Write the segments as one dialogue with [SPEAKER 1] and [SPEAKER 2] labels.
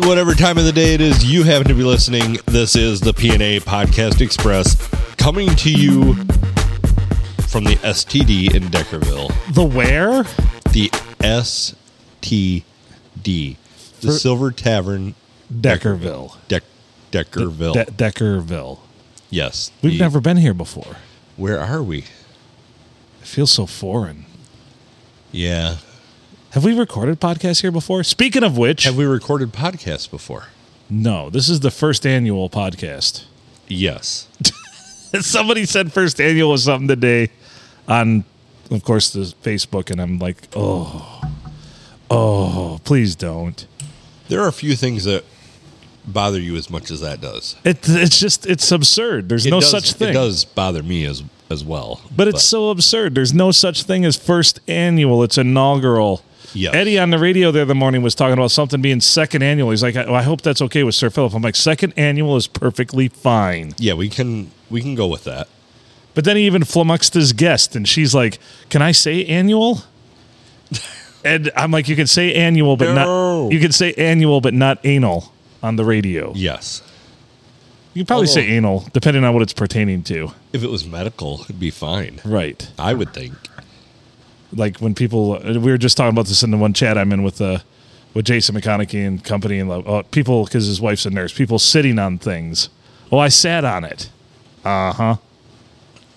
[SPEAKER 1] whatever time of the day it is you happen to be listening, this is the PNA Podcast Express coming to you from the STD in Deckerville.
[SPEAKER 2] The where?
[SPEAKER 1] The STD, the Silver Tavern,
[SPEAKER 2] Deckerville.
[SPEAKER 1] Deck, Deckerville.
[SPEAKER 2] De- Deckerville.
[SPEAKER 1] yes.
[SPEAKER 2] We've
[SPEAKER 1] the-
[SPEAKER 2] never been here before.
[SPEAKER 1] Where are we?
[SPEAKER 2] It feels so foreign.
[SPEAKER 1] Yeah.
[SPEAKER 2] Have we recorded podcasts here before? Speaking of which,
[SPEAKER 1] Have we recorded podcasts before?
[SPEAKER 2] no, this is the first annual podcast.
[SPEAKER 1] Yes.
[SPEAKER 2] Somebody said first annual was something today on, of course, the Facebook, and I'm like, oh, oh, please don't.
[SPEAKER 1] There are a few things that bother you as much as that does.
[SPEAKER 2] It, it's just, it's absurd. There's
[SPEAKER 1] It
[SPEAKER 2] no
[SPEAKER 1] does-
[SPEAKER 2] such thing.
[SPEAKER 1] It does bother me as as well.
[SPEAKER 2] But it's so absurd. There's no such thing as first annual. It's inaugural.
[SPEAKER 1] Yes.
[SPEAKER 2] Eddie on the radio the other morning was talking about something being second annual. He's like, I, I hope that's okay with Sir Philip. I'm like, second annual is perfectly fine.
[SPEAKER 1] yeah, we can we can go with that.
[SPEAKER 2] But then he even flummoxed his guest, and she's like, Can I say annual? and I'm like, You can say annual, but
[SPEAKER 1] No.
[SPEAKER 2] not you can say annual, but not anal on the radio.
[SPEAKER 1] Yes.
[SPEAKER 2] You can probably say
[SPEAKER 1] Although-
[SPEAKER 2] anal, depending on what it's pertaining to.
[SPEAKER 1] If it was medical, it'd be fine.
[SPEAKER 2] Right.
[SPEAKER 1] I would think.
[SPEAKER 2] like when people we were just talking about this in the one chat I'm in with uh with Jason McConaughey and company and like, uh, people because his wife's a nurse people sitting on things oh I sat on it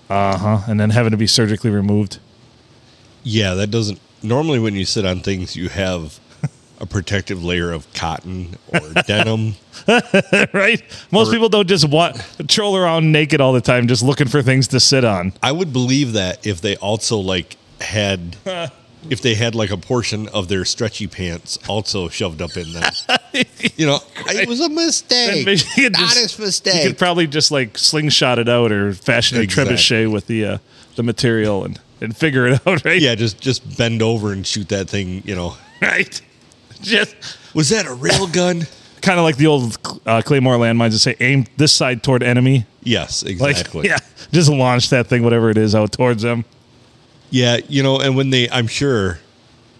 [SPEAKER 2] uh huh uh huh and then having to be surgically removed
[SPEAKER 1] Yeah, that doesn't normally when you sit on things you have a protective layer of cotton or denim.
[SPEAKER 2] right most people don't just want troll around naked all the time just looking for things to sit on
[SPEAKER 1] I would believe that if they also like had if they had like a portion of their stretchy pants also shoved up in them. you know, it was a mistake.
[SPEAKER 2] maybe you could just-
[SPEAKER 1] Honest
[SPEAKER 2] you could
[SPEAKER 1] mistake.
[SPEAKER 2] probably just like slingshot it out or fashion a
[SPEAKER 1] Exactly.
[SPEAKER 2] trebuchet with the uh, the material and and figure it out right
[SPEAKER 1] Yeah, just just bend over and shoot that thing, you know.
[SPEAKER 2] right just
[SPEAKER 1] Was that a real gun?
[SPEAKER 2] kind of like the old uh, claymore landmines that say aim this side toward enemy
[SPEAKER 1] Yes,
[SPEAKER 2] like
[SPEAKER 1] exactly.
[SPEAKER 2] yeah just launch that thing whatever it is out towards them
[SPEAKER 1] Yeah, you know, and when they, I'm sure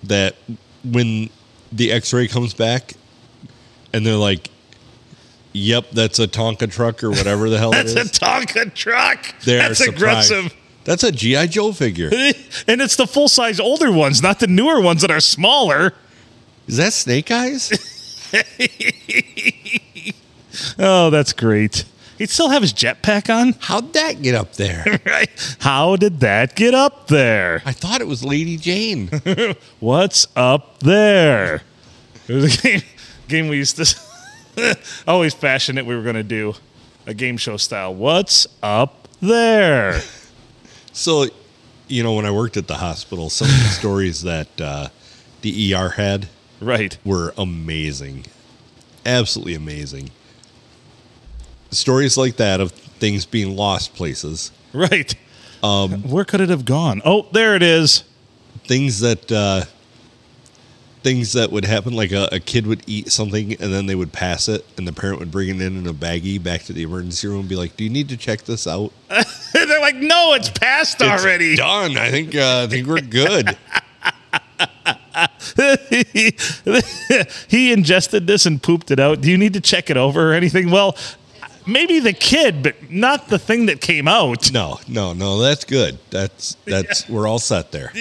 [SPEAKER 1] that when the X-ray comes back, and they're like, "Yep, that's a Tonka truck or whatever the hell it
[SPEAKER 2] that's
[SPEAKER 1] is."
[SPEAKER 2] a tonka truck
[SPEAKER 1] They are
[SPEAKER 2] that's
[SPEAKER 1] surprised.
[SPEAKER 2] aggressive
[SPEAKER 1] That's a GI Joe figure.
[SPEAKER 2] and it's the full size older ones not the newer ones that are smaller
[SPEAKER 1] Is that Snake Eyes?
[SPEAKER 2] oh that's great he'd still have his jetpack on
[SPEAKER 1] How'd that get up there?
[SPEAKER 2] right how did that get up there
[SPEAKER 1] I thought it was Lady Jane.
[SPEAKER 2] What's up there? It was a game, game we used to always fashion it. We were going to do a game show style. What's up there?
[SPEAKER 1] So, you know, when I worked at the hospital, some of the stories that uh, the ER had
[SPEAKER 2] Right.
[SPEAKER 1] were amazing. Absolutely amazing. Stories like that of things being lost places,
[SPEAKER 2] Right. Um, Where could it have gone? Oh, there it is.
[SPEAKER 1] things that uh, things that would happen like a, a kid would eat something and then they would pass it and the parent would bring it in in a baggie back to the emergency room and be like, "Do you need to check this out?"
[SPEAKER 2] They're like, no, it's passed
[SPEAKER 1] It's
[SPEAKER 2] already.
[SPEAKER 1] done. I think uh, I think we're good.
[SPEAKER 2] he ingested this and pooped it out. Do you need to check it over or anything? Well, maybe the kid, but not the thing that came out.
[SPEAKER 1] no, no, no. That's good. That's that's we're all set there.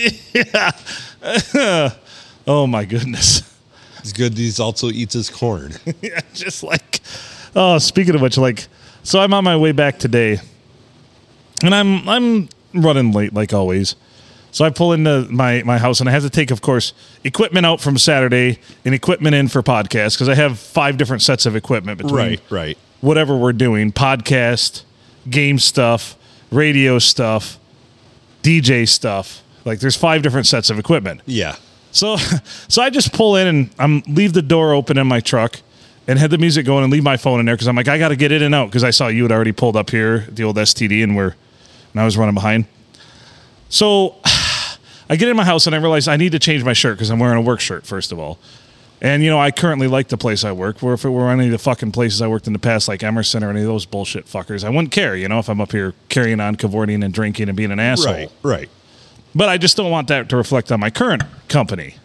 [SPEAKER 2] Oh, my goodness.
[SPEAKER 1] It's good. These also eats his corn.
[SPEAKER 2] yeah, just like oh, speaking of which, like so I'm on my way back today. And I'm I'm running late like always. So I pull into my my house and I have to take of course equipment out from Saturday and equipment in for podcast cuz I have five different sets of equipment between
[SPEAKER 1] right.
[SPEAKER 2] whatever we're doing, podcast, game stuff, radio stuff, DJ stuff. Like there's five different sets of equipment.
[SPEAKER 1] Yeah.
[SPEAKER 2] So, so I just pull in and I'm leave the door open in my truck and had the music going and leave my phone in there because I'm like I got to get in and out because I saw you had already pulled up here the old STD and we're and I was running behind. So, I get in my house and I realize I need to change my shirt because I'm wearing a work shirt first of all. And you know I currently like the place I work. Where if it were any of the fucking places I worked in the past, like Emerson or any of those bullshit fuckers, I wouldn't care. You know if I'm up here carrying on, cavorting and drinking and being an asshole
[SPEAKER 1] Right. Right.
[SPEAKER 2] but I just don't want that to reflect on my current company.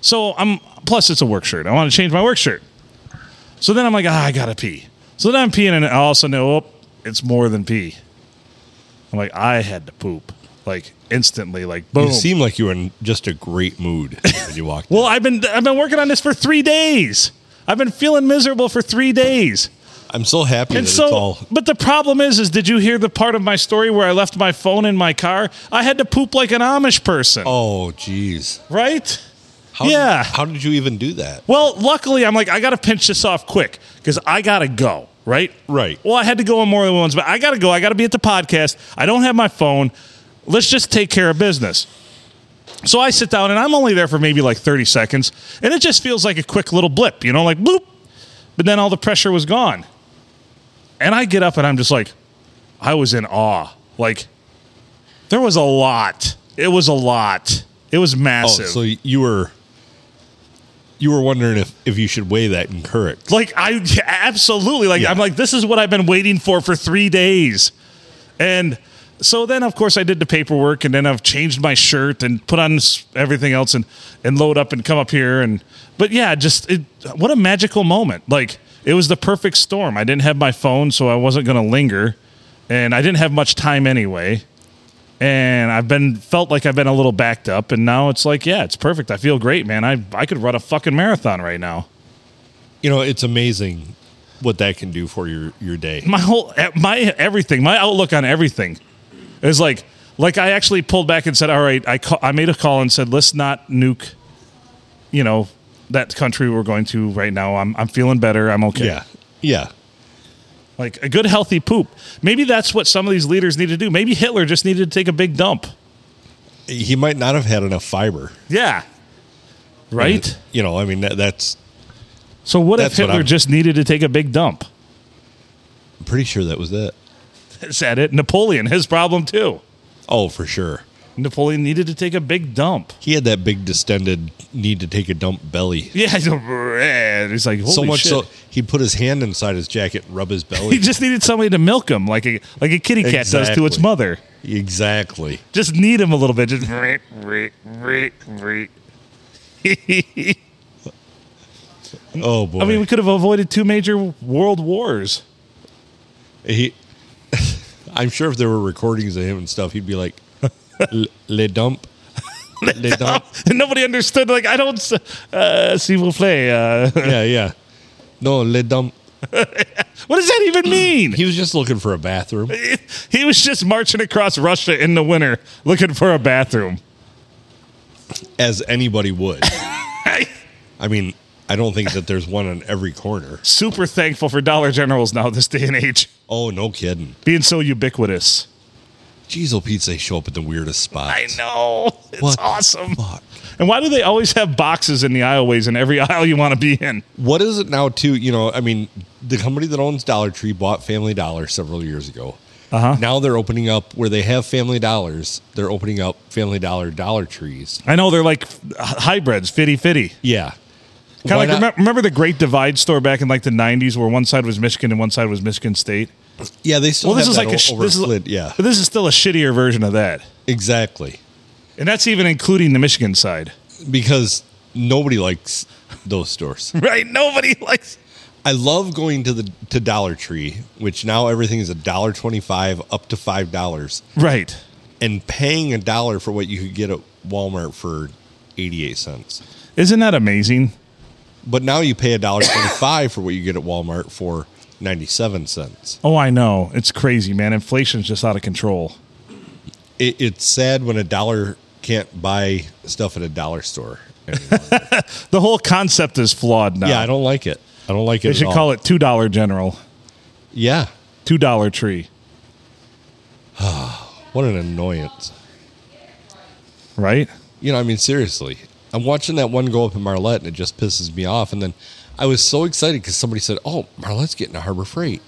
[SPEAKER 2] So I'm plus it's a work shirt. I want to change my work shirt. So then I'm like, ah, I gotta pee. So then I'm peeing, and all of a sudden, oh, it's more than pee. I'm like, I had to poop like instantly, like boom.
[SPEAKER 1] You seem like you were in just a great mood when you walked.
[SPEAKER 2] Oh. well, I've been I've been working on this for three days. I've been feeling miserable for three days.
[SPEAKER 1] in. I'm so happy
[SPEAKER 2] And
[SPEAKER 1] that
[SPEAKER 2] so,
[SPEAKER 1] it's all.
[SPEAKER 2] but the problem is, is did you hear the part of my story where I left my phone in my car? I had to poop like an Amish person,
[SPEAKER 1] Oh, jeez.
[SPEAKER 2] right?
[SPEAKER 1] How did-
[SPEAKER 2] Yeah.
[SPEAKER 1] how did you even do that?
[SPEAKER 2] Well, luckily, I'm like, I got to pinch this off quick because I got to go, right?
[SPEAKER 1] Right.
[SPEAKER 2] Well, I had to go on more than once, but I got to go. I got to be at the podcast. I don't have my phone. Let's just take care of business. So I sit down and I'm only there for maybe like 30 seconds, and it just feels like a quick little blip, you know, like bloop. But then all the pressure was gone. And I get up and I'm just like, I was in awe. Like, there was a lot. It was a lot. It was massive.
[SPEAKER 1] Oh, so you were you were wondering if if you should weigh that in Keurig.
[SPEAKER 2] Like I absolutely like
[SPEAKER 1] Yeah.
[SPEAKER 2] I'm like this is what I've been waiting for for 3 days. And so then of course I did the paperwork and then I've changed my shirt and put on s- everything else and and load up and come up here and but yeah, just it, what a magical moment. Like it was the perfect storm. I didn't have my phone so I wasn't going to linger and I didn't have much time anyway. And I've been felt like I've been a little backed up and now it's like yeah, it's perfect. I feel great, man. I I could run a fucking marathon right now.
[SPEAKER 1] You know, it's amazing what that can do for your your day.
[SPEAKER 2] my whole e, my everything my outlook on everything is like like i actually pulled back and said all right i ca- i made a call and said let's not nuke you know that country we're going to right now i'm i'm feeling better i'm okay
[SPEAKER 1] Yeah, yeah.
[SPEAKER 2] like a good healthy poop maybe that's what some of these leaders need to do maybe hitler just needed to take a big dump
[SPEAKER 1] He might not have had enough fiber,
[SPEAKER 2] yeah right
[SPEAKER 1] You know, I mean that, that's.
[SPEAKER 2] so what if
[SPEAKER 1] That's what
[SPEAKER 2] hitler
[SPEAKER 1] I'm-
[SPEAKER 2] just needed to take a big dump
[SPEAKER 1] I'm pretty sure that was it.
[SPEAKER 2] is that it napoleon his problem too
[SPEAKER 1] Oh, for sure.
[SPEAKER 2] napoleon needed to take a big dump
[SPEAKER 1] He had that big distended need to take a dump belly.
[SPEAKER 2] yeah he's like
[SPEAKER 1] so
[SPEAKER 2] "Holy
[SPEAKER 1] much
[SPEAKER 2] shit.
[SPEAKER 1] so he put his hand inside his jacket and rub his
[SPEAKER 2] He
[SPEAKER 1] belly.
[SPEAKER 2] just needed somebody to milk him, like a like a kitty cat does to its
[SPEAKER 1] Exactly.
[SPEAKER 2] mother.
[SPEAKER 1] exactly.
[SPEAKER 2] Just need him a little bit. Just
[SPEAKER 1] Oh boy.
[SPEAKER 2] I mean, we could have avoided two major world wars.
[SPEAKER 1] he i'm sure if there were recordings of him and stuff he'd be like "L- le dump le dump
[SPEAKER 2] And nobody understood. Like I don't s- uh, see will play. Uh,
[SPEAKER 1] yeah yeah no le dump
[SPEAKER 2] what does that even mean?
[SPEAKER 1] he was just looking for a bathroom
[SPEAKER 2] He was just marching across Russia in the winter, looking for a bathroom.
[SPEAKER 1] as anybody would i mean i don't think that there's one on every corner
[SPEAKER 2] Super thankful for Dollar Generals now this day and age,
[SPEAKER 1] oh no kidding
[SPEAKER 2] being so ubiquitous.
[SPEAKER 1] jeez oh pete's they show up at the weirdest spots
[SPEAKER 2] I know it's
[SPEAKER 1] What the
[SPEAKER 2] awesome.
[SPEAKER 1] fuck?
[SPEAKER 2] And why do they always have boxes in the aisleways in every aisle you want to be in?
[SPEAKER 1] what is it now too you know i mean the company that owns dollar tree bought family dollar several years ago uh-huh. now they're opening up where they have family dollars they're opening up family dollar dollar trees
[SPEAKER 2] I know they're like h- hybrids, fitty fitty.
[SPEAKER 1] yeah
[SPEAKER 2] Kind of
[SPEAKER 1] Why
[SPEAKER 2] like
[SPEAKER 1] not-
[SPEAKER 2] remember, remember the Great Divide store back in like the '90s, where one side was Michigan and one side was Michigan State.
[SPEAKER 1] yeah they still
[SPEAKER 2] Well, this
[SPEAKER 1] have
[SPEAKER 2] is
[SPEAKER 1] that
[SPEAKER 2] like a sh-
[SPEAKER 1] o- over
[SPEAKER 2] this is
[SPEAKER 1] split yeah
[SPEAKER 2] but this is still a shittier version of that,
[SPEAKER 1] exactly
[SPEAKER 2] and that's even including the Michigan side.
[SPEAKER 1] because nobody likes those stores
[SPEAKER 2] Right? Nobody likes.
[SPEAKER 1] i love going to the to dollar tree which now everything is a dollar 25 up to five dollars
[SPEAKER 2] Right.
[SPEAKER 1] and paying a dollar for what you could get at walmart for 88 cents
[SPEAKER 2] Isn't that amazing?
[SPEAKER 1] But now you pay a dollar twenty-five for what you get at Walmart for ninety-seven cents.
[SPEAKER 2] Oh, I know. It's crazy, man. Inflation's just out of control.
[SPEAKER 1] It, it's sad when a dollar can't buy stuff at a dollar store.
[SPEAKER 2] The whole concept is flawed now.
[SPEAKER 1] yeah, I don't like it. I don't like it.
[SPEAKER 2] They should call it two dollar general,
[SPEAKER 1] Yeah,
[SPEAKER 2] two dollar tree.
[SPEAKER 1] what an annoyance.
[SPEAKER 2] Right?
[SPEAKER 1] You know, I mean, seriously, I'm watching that one go up in Marlette, and it just pisses me off. And then I was so excited because somebody said, "Oh, Marlette's getting a Harbor Freight,"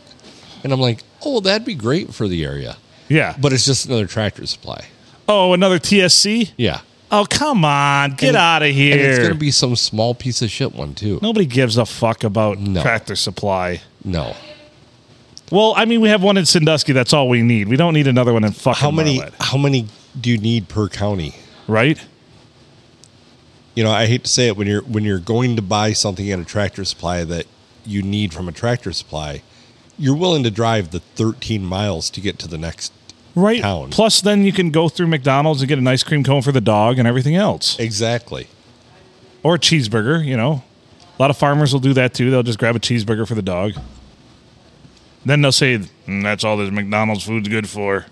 [SPEAKER 1] and I'm like, "Oh, that'd be great for the area."
[SPEAKER 2] Yeah.
[SPEAKER 1] But it's just another tractor supply.
[SPEAKER 2] oh, another TSC.
[SPEAKER 1] Yeah,
[SPEAKER 2] Oh, come on. Get
[SPEAKER 1] And-
[SPEAKER 2] out of here.
[SPEAKER 1] and it's gonna be some small piece of shit one too.
[SPEAKER 2] Nobody gives a fuck about
[SPEAKER 1] No.
[SPEAKER 2] Tractor Supply.
[SPEAKER 1] No.
[SPEAKER 2] Well, I mean, we have one in Sandusky. That's all we need. We don't need another one in fucking
[SPEAKER 1] How many?
[SPEAKER 2] Marlette,
[SPEAKER 1] How many do you need per county?
[SPEAKER 2] right?
[SPEAKER 1] You know, I hate to say it when you're when you're going to buy something at a tractor supply that you need from a tractor supply, you're willing to drive the 13 miles to get to the next
[SPEAKER 2] right.
[SPEAKER 1] town.
[SPEAKER 2] Plus, then you can go through McDonald's and get an ice cream cone for the dog and everything else,
[SPEAKER 1] Exactly.
[SPEAKER 2] or a cheeseburger. You know, a lot of farmers will do that too. They'll just grab a cheeseburger for the dog. Then they'll say, "Mm, "That's all this McDonald's food's good for."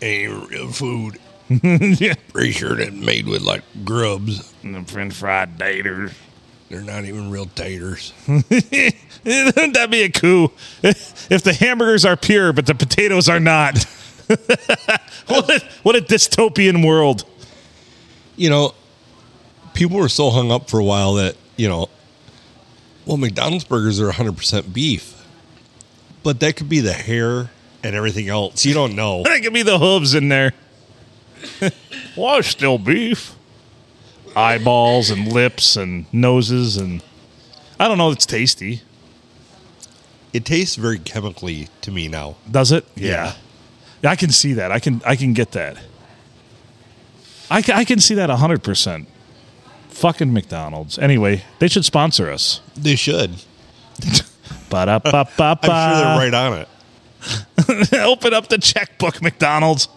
[SPEAKER 1] Ain't real food.
[SPEAKER 2] yeah,
[SPEAKER 1] Pretty sure that's made with like grubs.
[SPEAKER 2] and the French fried taters.
[SPEAKER 1] They're not even real taters.
[SPEAKER 2] That'd be a coup if the hamburgers are pure, but the potatoes are not. what, a, what a dystopian world!
[SPEAKER 1] you know, people were so hung up for a while that, you know, well, McDonald's burgers are 100% beef, but that could be the hair and everything else. You don't know.
[SPEAKER 2] That could be the hooves in there. well, it's still beef. Eyeballs and lips and noses and I don't know. It's tasty,
[SPEAKER 1] It tastes very chemically to me now.
[SPEAKER 2] does it?
[SPEAKER 1] Yeah.
[SPEAKER 2] Yeah, I can see that. I can. I can get that. I can, I can see that hundred percent. Fucking McDonald's. Anyway, they should sponsor us.
[SPEAKER 1] They should.
[SPEAKER 2] Ba-da-ba-ba-ba.
[SPEAKER 1] I'm sure they're right on it.
[SPEAKER 2] Open up the checkbook, McDonald's.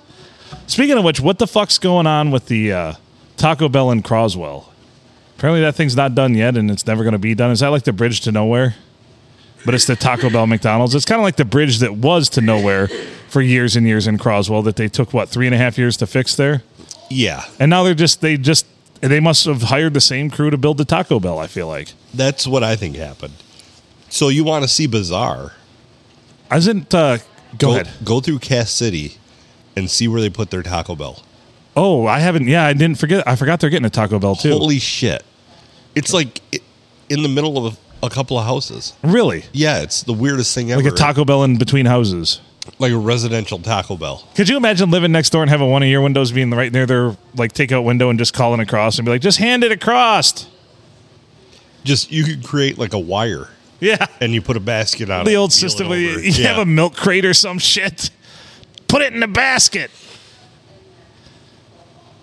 [SPEAKER 2] Speaking of which, what the fuck's going on with the uh, Taco Bell in Croswell? Apparently, that thing's not done yet, and it's never going to be done. Is that like the bridge to nowhere? But it's the Taco Bell McDonald's. It's kind of like the bridge that was to nowhere for years and years in Croswell that they took what three and a half years to fix there,
[SPEAKER 1] Yeah.
[SPEAKER 2] and now they're just they just they must have hired the same crew to build the Taco Bell. I feel like
[SPEAKER 1] That's what I think happened. So you want to see Bizarre?
[SPEAKER 2] isn't uh, go, ahead.
[SPEAKER 1] Go through Cass City and see where they put their Taco Bell.
[SPEAKER 2] Oh, I haven't. Yeah, I didn't forget. I forgot they're getting a Taco Bell too.
[SPEAKER 1] Holy shit. It's like i- in the middle of a, a couple of houses.
[SPEAKER 2] really?
[SPEAKER 1] Yeah, it's the weirdest thing ever.
[SPEAKER 2] Like a Taco Bell in between houses.
[SPEAKER 1] like a residential Taco Bell.
[SPEAKER 2] Could you imagine living next door and having one of your windows being right near their like takeout window and just calling across and be like, just hand it across.
[SPEAKER 1] Just you could create like a wire
[SPEAKER 2] Yeah.
[SPEAKER 1] and you put a basket on it.
[SPEAKER 2] The old
[SPEAKER 1] peel it
[SPEAKER 2] system
[SPEAKER 1] over.
[SPEAKER 2] where you, you have a milk crate or some shit. Put it in the basket.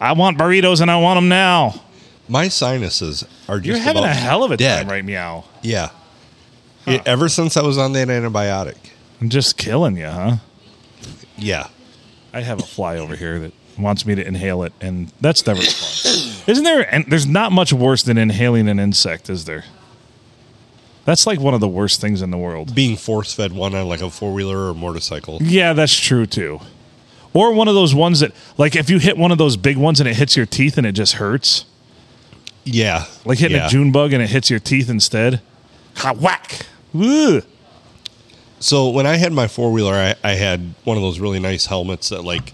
[SPEAKER 2] I want burritos and I want them now.
[SPEAKER 1] My sinuses are just
[SPEAKER 2] You're having a
[SPEAKER 1] about
[SPEAKER 2] hell of a
[SPEAKER 1] dead.
[SPEAKER 2] time right meow.
[SPEAKER 1] Yeah. It- ever since I was on that antibiotic.
[SPEAKER 2] I'm just killing you, huh?
[SPEAKER 1] Yeah.
[SPEAKER 2] I have a fly over here that wants me to inhale it, and that's never fun. Isn't there? And there's not much worse than inhaling an insect, is there? That's like one of the worst things in the world.
[SPEAKER 1] Being force fed one on like a four wheeler or motorcycle.
[SPEAKER 2] Yeah, that's true too. Or one of those ones that, like, if you hit one of those big ones and it hits your teeth and it just hurts,
[SPEAKER 1] Yeah.
[SPEAKER 2] like hitting
[SPEAKER 1] Yeah.
[SPEAKER 2] a June bug and it hits your teeth instead. Ha whack! Ugh.
[SPEAKER 1] So when I had my four wheeler, I, I had one of those really nice helmets that like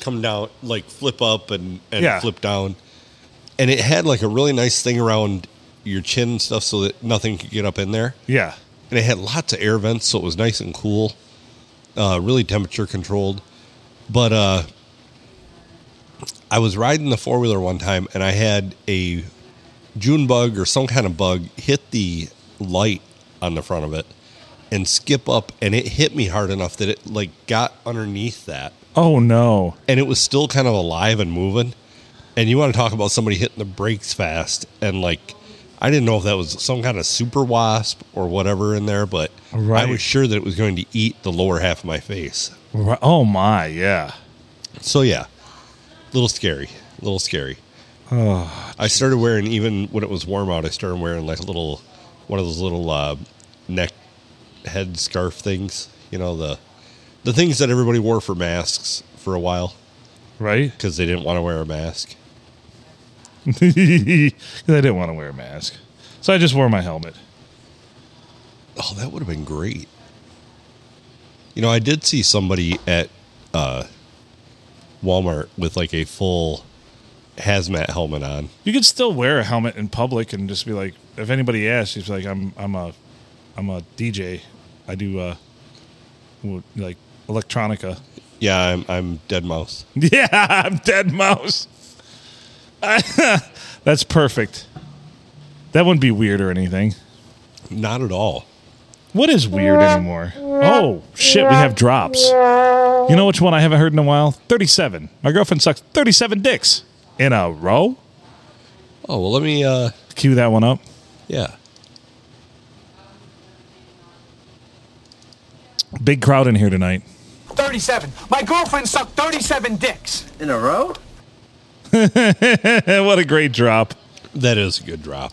[SPEAKER 1] come down, like flip up and, and
[SPEAKER 2] Yeah.
[SPEAKER 1] flip down, and it had like a really nice thing around your chin and stuff so that nothing could get up in there,
[SPEAKER 2] Yeah,
[SPEAKER 1] and it had lots of air vents, so it was nice and cool, uh, really temperature controlled. But uh, I was riding the four wheeler one time, and I had a June bug or some kind of bug hit the light on the front of it and skip up, and it hit me hard enough that it like got underneath that,
[SPEAKER 2] Oh no.
[SPEAKER 1] and it was still kind of alive and moving. And you want to talk about somebody hitting the brakes fast, and like I didn't know if that was some kind of super wasp or whatever in there, but I
[SPEAKER 2] Right.
[SPEAKER 1] was sure that it was going to eat the lower half of my face.
[SPEAKER 2] Ri- Oh my. Yeah.
[SPEAKER 1] So yeah, little scary, little scary. I started wearing even when it was warm out. I started wearing like a little, one of those little uh, neck head scarf things. You know the the things that everybody wore for masks for a while
[SPEAKER 2] Right.
[SPEAKER 1] because they didn't want to wear a mask.
[SPEAKER 2] Because I didn't want to wear a mask. So I just wore my helmet.
[SPEAKER 1] Oh, that would have been great. You know, I did see somebody at uh, Walmart with like a full hazmat helmet on.
[SPEAKER 2] You could still wear a helmet in public and just be like, if anybody asks, you're like, I'm I'm a I'm a DJ. I do uh w- like electronica.
[SPEAKER 1] Yeah, I'm, I'm dead mouse.
[SPEAKER 2] Yeah, I'm dead mouse. That's perfect. That wouldn't be weird or anything.
[SPEAKER 1] Not at all.
[SPEAKER 2] What is weird anymore? Oh shit, we have drops. You know which one I haven't heard in a while? 37. My girlfriend sucks 37 dicks in a row.
[SPEAKER 1] Oh well, let me. uh
[SPEAKER 2] Cue that one up.
[SPEAKER 1] Yeah.
[SPEAKER 2] Big crowd in here tonight.
[SPEAKER 3] 37. My girlfriend sucked 37 dicks.
[SPEAKER 4] In a row?
[SPEAKER 2] what a great drop.
[SPEAKER 1] That is a good drop.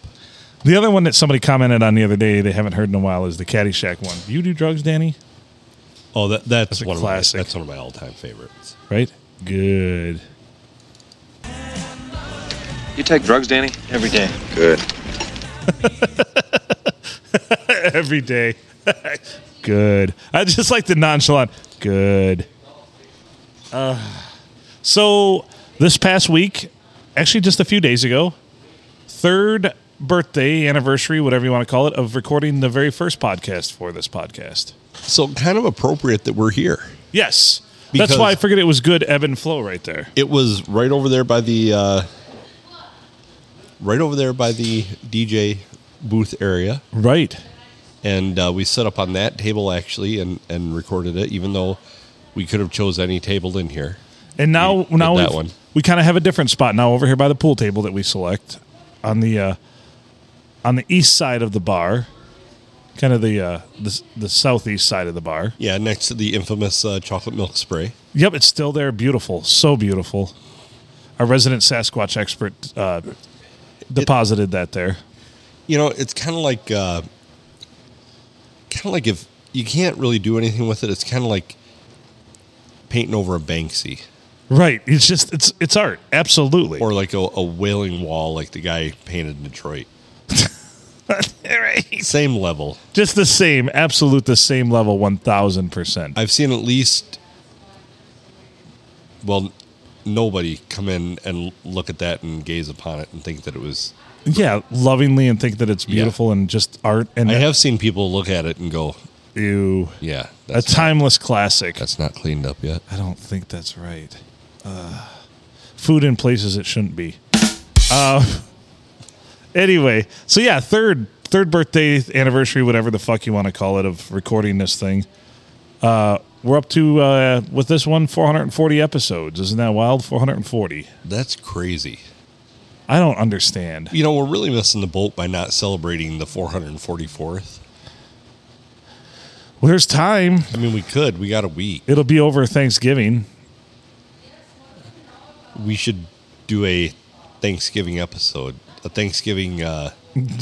[SPEAKER 2] The other one that somebody commented on the other day they haven't heard in a while is the Caddyshack one. Do you do drugs, Danny?
[SPEAKER 1] Oh, that that's,
[SPEAKER 2] That's a
[SPEAKER 1] one of
[SPEAKER 2] classic.
[SPEAKER 1] my that's one of my all time favorites.
[SPEAKER 2] Right? Good.
[SPEAKER 5] You take drugs, Danny?
[SPEAKER 4] Every day.
[SPEAKER 5] Good.
[SPEAKER 2] Every day. Good. I just like the nonchalant. Good. Uh, so this past week, actually just a few days ago, third birthday anniversary, whatever you want to call it, of recording the very first podcast for this podcast.
[SPEAKER 1] So kind of appropriate that we're here.
[SPEAKER 2] Yes. That's
[SPEAKER 1] Because-
[SPEAKER 2] why I figured it was good ebb and flow right there.
[SPEAKER 1] It was right over there by the uh, right over there by the DJ booth area,
[SPEAKER 2] Right.
[SPEAKER 1] and uh, we set up on that table actually, and and recorded it, even though we could have chose any table in here.
[SPEAKER 2] And now,
[SPEAKER 1] did
[SPEAKER 2] now
[SPEAKER 1] that
[SPEAKER 2] we've-
[SPEAKER 1] one.
[SPEAKER 2] we kind of have a different spot now over here by the pool table that we select on the uh, on the east side of the bar, kind of the uh, the, s- the southeast side of the bar.
[SPEAKER 1] Yeah, next to the infamous uh, chocolate milk spray.
[SPEAKER 2] Yep, it's still there. Beautiful, so beautiful. Our resident Sasquatch expert uh, deposited that there.
[SPEAKER 1] You know, it's kind of like uh, kind of like if you can't really do anything with it, it's kind of like painting over a Banksy.
[SPEAKER 2] Right. It's just it's it's art. Absolutely.
[SPEAKER 1] or like a, a wailing wall like the guy painted in Detroit.
[SPEAKER 2] Right.
[SPEAKER 1] Same level.
[SPEAKER 2] just the same. Absolute the same level. One thousand percent.
[SPEAKER 1] I've seen at least, well, nobody come in and look at that and gaze upon it and think that it was.
[SPEAKER 2] Yeah, lovingly and think that it's beautiful and just art and
[SPEAKER 1] I have seen people look at it and go,
[SPEAKER 2] ew.
[SPEAKER 1] yeah,
[SPEAKER 2] a
[SPEAKER 1] that's,
[SPEAKER 2] timeless classic.
[SPEAKER 1] that's not cleaned up yet.
[SPEAKER 2] I don't think that's right. Uh, food in places it shouldn't be. Uh, anyway, so yeah, third third birthday anniversary, whatever the fuck you want to call it, of recording this thing. Uh, we're up to uh, with this one 440 episodes. Isn't that wild? 440.
[SPEAKER 1] That's crazy.
[SPEAKER 2] I don't understand.
[SPEAKER 1] You know, we're really missing the boat by not celebrating the 444th.
[SPEAKER 2] Well, there's time.
[SPEAKER 1] I mean, we could. We got a week.
[SPEAKER 2] It'll be over Thanksgiving.
[SPEAKER 1] We should do a Thanksgiving episode, a Thanksgiving, uh,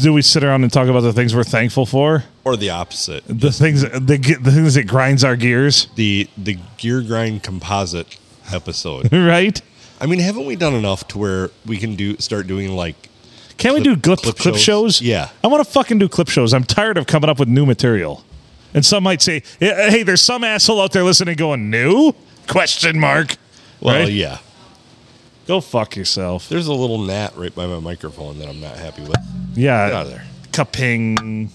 [SPEAKER 2] Do we sit around and talk about the things we're thankful for?
[SPEAKER 1] or the opposite.
[SPEAKER 2] The things the, g- the things that grinds our gears,
[SPEAKER 1] the the gear grind composite episode.
[SPEAKER 2] right?
[SPEAKER 1] I mean, haven't we done enough to where we can do start doing like
[SPEAKER 2] Can we do
[SPEAKER 1] Clip-
[SPEAKER 2] clip, clip,
[SPEAKER 1] clip
[SPEAKER 2] shows?
[SPEAKER 1] shows? Yeah.
[SPEAKER 2] I want to fucking do clip shows. I'm tired of coming up with new material. And some might say, "Yeah, hey, there's some asshole out there listening going, new? Question mark.
[SPEAKER 1] well,
[SPEAKER 2] Right?
[SPEAKER 1] yeah.
[SPEAKER 2] Go fuck yourself.
[SPEAKER 1] There's a little gnat right by my microphone that I'm not happy with.
[SPEAKER 2] Yeah.
[SPEAKER 1] Get out of there.
[SPEAKER 2] Kaping.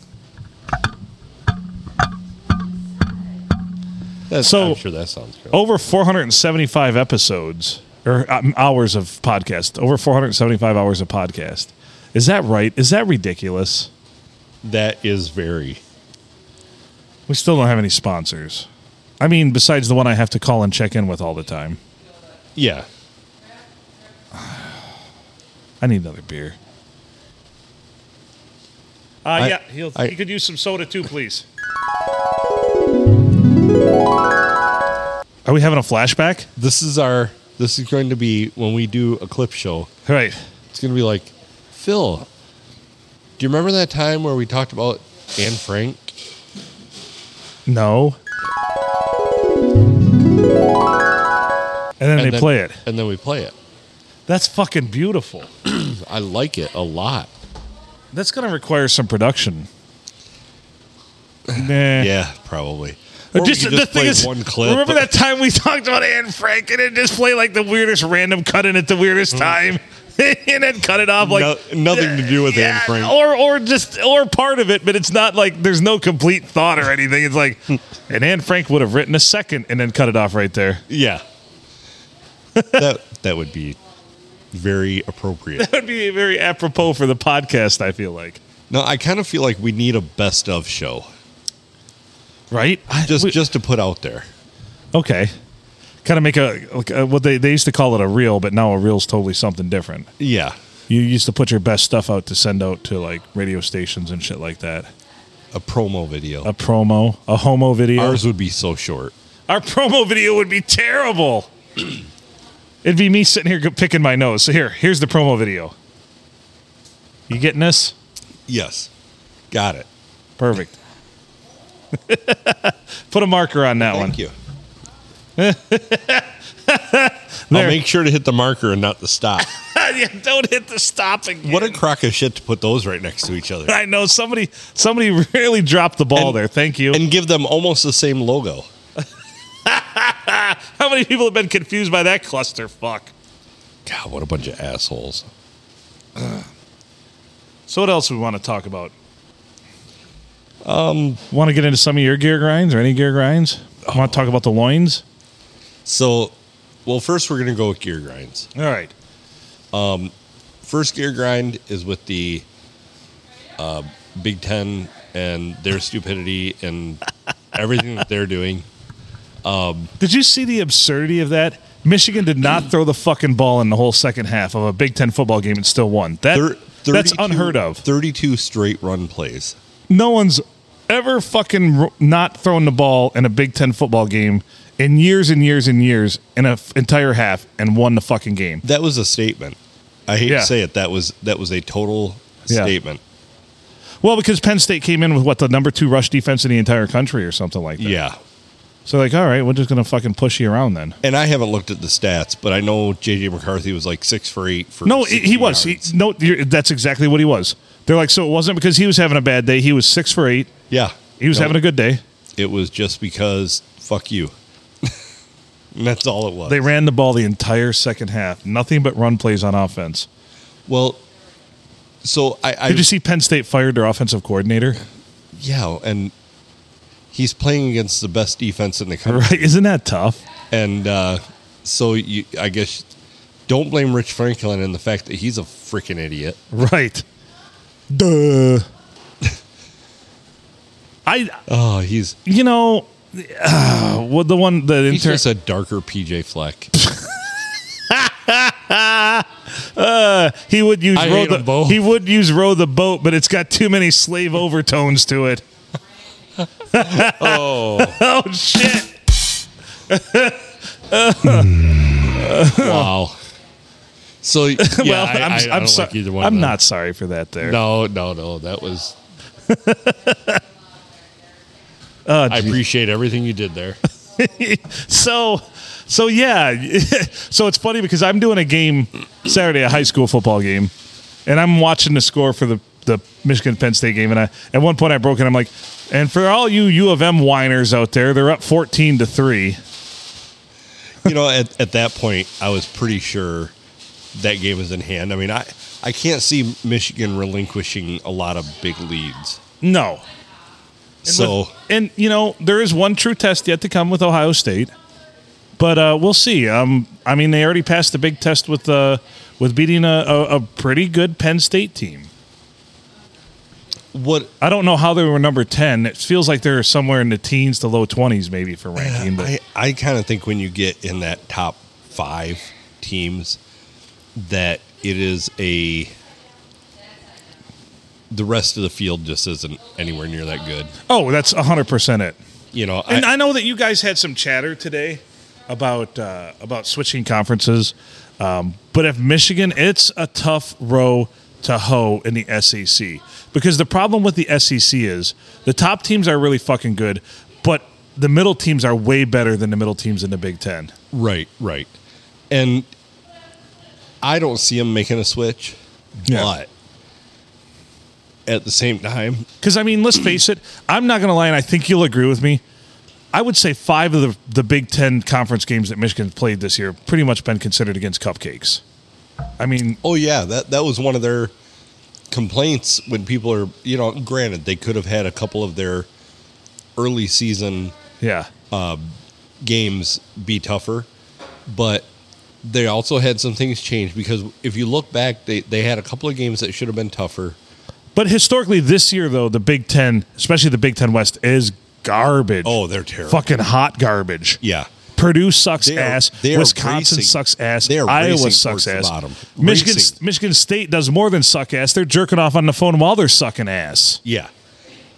[SPEAKER 1] That's,
[SPEAKER 2] So-
[SPEAKER 1] I'm sure that sounds good.
[SPEAKER 2] Over 475 episodes or um, hours of podcast. Over 475 hours of podcast. Is that right? Is that ridiculous?
[SPEAKER 1] That is very.
[SPEAKER 2] We still don't have any sponsors. I mean, besides the one I have to call and check in with all the time.
[SPEAKER 1] Yeah.
[SPEAKER 2] I need another beer. Uh, yeah, he'll,
[SPEAKER 1] I-
[SPEAKER 2] he could use some soda too, please. Are we having a flashback?
[SPEAKER 1] This is our. This is going to be when we do a clip show.
[SPEAKER 2] Right.
[SPEAKER 1] It's going to be like, Phil. Do you remember that time where we talked about Anne Frank?
[SPEAKER 2] No. And then they
[SPEAKER 1] then-
[SPEAKER 2] play it.
[SPEAKER 1] and then we play it.
[SPEAKER 2] That's fucking beautiful.
[SPEAKER 1] I like it a lot.
[SPEAKER 2] That's going to require some production. Nah.
[SPEAKER 1] Yeah, probably.
[SPEAKER 2] Eh. Or
[SPEAKER 1] Or we could just play one clip.
[SPEAKER 2] remember that time we talked about Anne Frank and it just played like the weirdest random cut in at the weirdest time and then cut it off like
[SPEAKER 1] Mm. No- nothing to do with Anne Frank.
[SPEAKER 2] or or just or part of it, but it's not like there's no complete thought or anything. It's like
[SPEAKER 1] Hmm.
[SPEAKER 2] and Anne Frank would have written a second and then cut it off right there.
[SPEAKER 1] Yeah. that that would be very appropriate.
[SPEAKER 2] That would be very apropos for the podcast. I feel like
[SPEAKER 1] No, I kind of feel like we need a best of show
[SPEAKER 2] right. I-
[SPEAKER 1] just
[SPEAKER 2] we-
[SPEAKER 1] just to put out there.
[SPEAKER 2] okay. Kind of make a like uh what they they used to call it a reel, but now a reel's totally something different.
[SPEAKER 1] Yeah.
[SPEAKER 2] You used to put your best stuff out to send out to like radio stations and shit like that.
[SPEAKER 1] a promo video.
[SPEAKER 2] a promo, a homo video.
[SPEAKER 1] Ours would be so short.
[SPEAKER 2] Our promo video would be terrible. It'd be me sitting here g- picking my nose. So here, here's the promo video. You getting this?
[SPEAKER 1] Yes, got it.
[SPEAKER 2] Perfect. Put a marker on that one.
[SPEAKER 1] Thank you. I'll
[SPEAKER 2] There.
[SPEAKER 1] make sure to hit the marker and not the stop.
[SPEAKER 2] Yeah, Don't hit the stop again.
[SPEAKER 1] what a crock of shit to put those right next to each other
[SPEAKER 2] I know somebody somebody really dropped the ball
[SPEAKER 1] And-
[SPEAKER 2] there. Thank you.
[SPEAKER 1] and give them almost the same logo.
[SPEAKER 2] How many people have been confused by that cluster? Fuck.
[SPEAKER 1] God, what a bunch of assholes.
[SPEAKER 2] So what else we want to talk about? Um, want to get into some of your gear grinds or any gear grinds? Want to talk about the loins?
[SPEAKER 1] So, well, first we're gonna go with gear grinds.
[SPEAKER 2] All right.
[SPEAKER 1] First gear grind is with the uh, Big Ten and their stupidity and everything that they're doing.
[SPEAKER 2] Did you see the absurdity of that? Michigan did not throw the fucking ball in the whole second half of a Big Ten football game and still won. That
[SPEAKER 1] Thir-
[SPEAKER 2] that's
[SPEAKER 1] 32
[SPEAKER 2] unheard of.
[SPEAKER 1] Thirty-two straight run plays.
[SPEAKER 2] no one's ever fucking ro- not thrown the ball in a Big Ten football game in years and years and years in an entire half and won the fucking game.
[SPEAKER 1] That was a statement. I hate
[SPEAKER 2] Yeah.
[SPEAKER 1] to say it. That was that was a total
[SPEAKER 2] Yeah.
[SPEAKER 1] statement.
[SPEAKER 2] Well, because Penn State came in with what the number two rush defense in the entire country or something like that.
[SPEAKER 1] Yeah.
[SPEAKER 2] So like, all right, we're just gonna fucking push you around then.
[SPEAKER 1] And I haven't looked at the stats, but I know JJ McCarthy was like six for eight for
[SPEAKER 2] No, he
[SPEAKER 1] 60
[SPEAKER 2] he was. He,
[SPEAKER 1] yards.
[SPEAKER 2] no, you're, that's exactly what he was. They're like, so it wasn't because he was having a bad day. He was six for eight.
[SPEAKER 1] yeah,
[SPEAKER 2] He was
[SPEAKER 1] No,
[SPEAKER 2] having a good day.
[SPEAKER 1] It was just because fuck you. And that's all it was.
[SPEAKER 2] They ran the ball the entire second half. Nothing but run plays on offense.
[SPEAKER 1] well, so I, I
[SPEAKER 2] Did you see Penn State fired their offensive coordinator?
[SPEAKER 1] yeah, and he's playing against the best defense in the country,
[SPEAKER 2] Right? Isn't that tough?
[SPEAKER 1] and uh, so you, I guess, don't blame Rich Franklin and the fact that he's a freaking idiot.
[SPEAKER 2] Right. Duh. I,
[SPEAKER 1] Oh, he's
[SPEAKER 2] you know, uh, what the one the
[SPEAKER 1] he's
[SPEAKER 2] intern.
[SPEAKER 1] just a darker PJ Fleck.
[SPEAKER 2] Uh, he would use
[SPEAKER 1] I
[SPEAKER 2] row
[SPEAKER 1] hate
[SPEAKER 2] the,
[SPEAKER 1] them both.
[SPEAKER 2] he would use row the boat, but it's got too many slave overtones to it. oh, oh shit!
[SPEAKER 1] wow. So yeah,
[SPEAKER 2] well,
[SPEAKER 1] I,
[SPEAKER 2] I'm,
[SPEAKER 1] I, I
[SPEAKER 2] I, am
[SPEAKER 1] don't
[SPEAKER 2] sorry.
[SPEAKER 1] like either one. of
[SPEAKER 2] I'm
[SPEAKER 1] them.
[SPEAKER 2] not sorry for that. There,
[SPEAKER 1] No, no, no. That was.
[SPEAKER 2] Uh,
[SPEAKER 1] I appreciate everything you did there.
[SPEAKER 2] so so yeah so it's funny because i'm doing a game saturday a high school football game and i'm watching the score for the the michigan penn state game and i at one point i broke it i'm like and for all you u of m whiners out there they're up 14 to 3
[SPEAKER 1] you know, at, at that point, I was pretty sure that game was in hand. I mean, I, I can't see Michigan relinquishing a lot of big leads.
[SPEAKER 2] no
[SPEAKER 1] so,
[SPEAKER 2] With- and you know there is one true test yet to come with ohio state but uh, we'll see um, i mean they already passed the big test with uh, with beating a, a, a pretty good penn state team
[SPEAKER 1] what
[SPEAKER 2] I don't know how they were number 10. It feels like they're somewhere in the teens to low 20s, maybe, for ranking. But
[SPEAKER 1] I, I kind of think when you get in that top five teams, that it is a. The rest of the field just isn't anywhere near that good.
[SPEAKER 2] oh, that's 100% it.
[SPEAKER 1] You know,
[SPEAKER 2] And I, know that you guys had some chatter today about uh, about switching conferences. Um, but if Michigan, it's a tough row to hoe in the SEC because the problem with the SEC is the top teams are really fucking good, but the middle teams are way better than the middle teams in the Big Ten.
[SPEAKER 1] Right, right. And I don't see him making a switch,
[SPEAKER 2] Yeah.
[SPEAKER 1] but at the same time,
[SPEAKER 2] Because I mean, let's face it. I'm not going to lie, and I think you'll agree with me. I would say five of the, the Big Ten conference games that Michigan played this year have pretty much been considered against cupcakes. I mean,
[SPEAKER 1] oh yeah, that that was one of their complaints when people are, you know, granted they could have had a couple of their early season
[SPEAKER 2] yeah,
[SPEAKER 1] games be tougher, but they also had some things change because if you look back, they, they had a couple of games that should have been tougher.
[SPEAKER 2] but historically this year though, the Big Ten, especially the Big Ten West, is garbage.
[SPEAKER 1] Oh, they're terrible.
[SPEAKER 2] fucking hot garbage.
[SPEAKER 1] Yeah.
[SPEAKER 2] Purdue sucks
[SPEAKER 1] They are-
[SPEAKER 2] ass.
[SPEAKER 1] they are
[SPEAKER 2] Wisconsin
[SPEAKER 1] racing-
[SPEAKER 2] sucks ass.
[SPEAKER 1] they are
[SPEAKER 2] Iowa
[SPEAKER 1] racing towards
[SPEAKER 2] sucks
[SPEAKER 1] the
[SPEAKER 2] ass.
[SPEAKER 1] bottom.
[SPEAKER 2] Michigan
[SPEAKER 1] Racing.
[SPEAKER 2] Michigan State does more than suck ass. They're jerking off on the phone while they're sucking ass.
[SPEAKER 1] Yeah.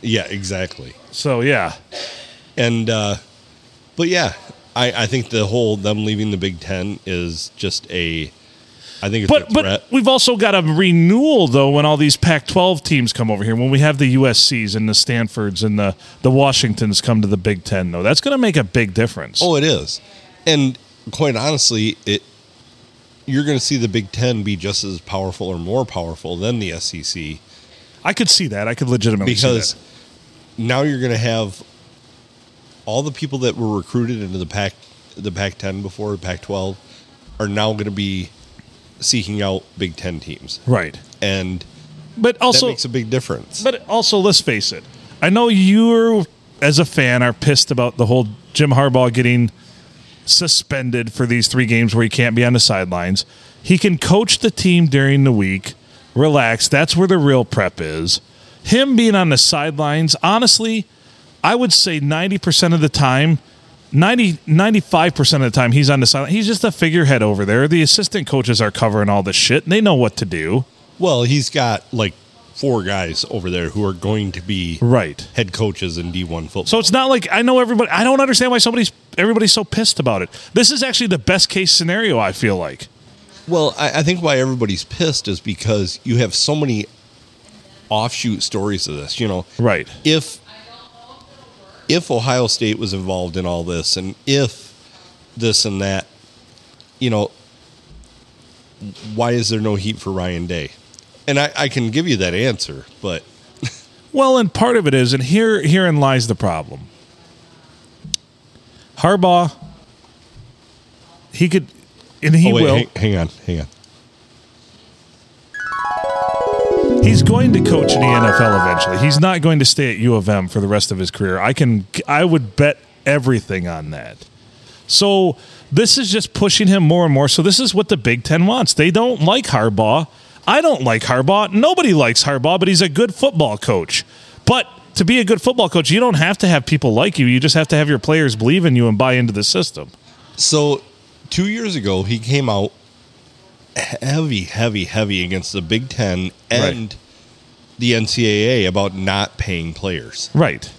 [SPEAKER 1] Yeah, exactly.
[SPEAKER 2] So yeah,
[SPEAKER 1] And uh, but yeah, I, I think the whole them leaving the Big Ten is just a. I think it's
[SPEAKER 2] but
[SPEAKER 1] a threat.
[SPEAKER 2] but we've also got a renewal though when all these Pac-12 teams come over here. When we have the USC's and the Stanfords and the the Washingtons come to the Big Ten though, that's going to make a big difference.
[SPEAKER 1] Oh, it is, and quite honestly, it you're going to see the Big Ten be just as powerful or more powerful than the E SEC
[SPEAKER 2] I could see that. I could legitimately
[SPEAKER 1] because
[SPEAKER 2] see
[SPEAKER 1] now you're going to have all the people that were recruited into the Pac the Pac 10 before the Pac 12 are now going to be seeking out Big 10 teams
[SPEAKER 2] that. right.
[SPEAKER 1] and
[SPEAKER 2] But
[SPEAKER 1] that
[SPEAKER 2] also,
[SPEAKER 1] makes a big difference.
[SPEAKER 2] But also, let's face it. I know you're, as a fan, are pissed about the whole Jim Harbaugh getting suspended for these three games where he can't be on the sidelines. He can coach the team during the week, relax. That's where the real prep is. Him being on the sidelines, honestly, I would say 90% of the time, 90, 95% of the time, he's on the sideline. He's just a figurehead over there. The assistant coaches are covering all this shit. and They know what to do.
[SPEAKER 1] well, he's got like four guys over there who are going to be
[SPEAKER 2] Right.
[SPEAKER 1] head coaches in D1 football.
[SPEAKER 2] So it's not like I know everybody. I don't understand why somebody's everybody's so pissed about it. This is actually the best case scenario. I feel like
[SPEAKER 1] Well, I, I think why everybody's pissed is because you have so many offshoot stories of this. You know,
[SPEAKER 2] right.
[SPEAKER 1] if if Ohio State was involved in all this, and if this and that, you know, why is there no heat for Ryan Day? And I, I can give you that answer, but
[SPEAKER 2] Well, and part of it is, and here herein lies the problem. Harbaugh, he could, and he
[SPEAKER 1] oh wait,
[SPEAKER 2] will.
[SPEAKER 1] hang, hang on, hang on.
[SPEAKER 2] He's going to coach in the NFL eventually. He's not going to stay at U of M for the rest of his career. I can I would bet everything on that. So this is just pushing him more and more. So this is what the Big Ten wants. They don't like Harbaugh. I don't like Harbaugh. Nobody likes Harbaugh, but he's a good football coach. But to be a good football coach, you don't have to have people like you. You just have to have your players believe in you and buy into the system.
[SPEAKER 1] So, two years ago, he came out heavy, heavy, heavy against the Big Ten and the NCAA about not paying players,
[SPEAKER 2] Right.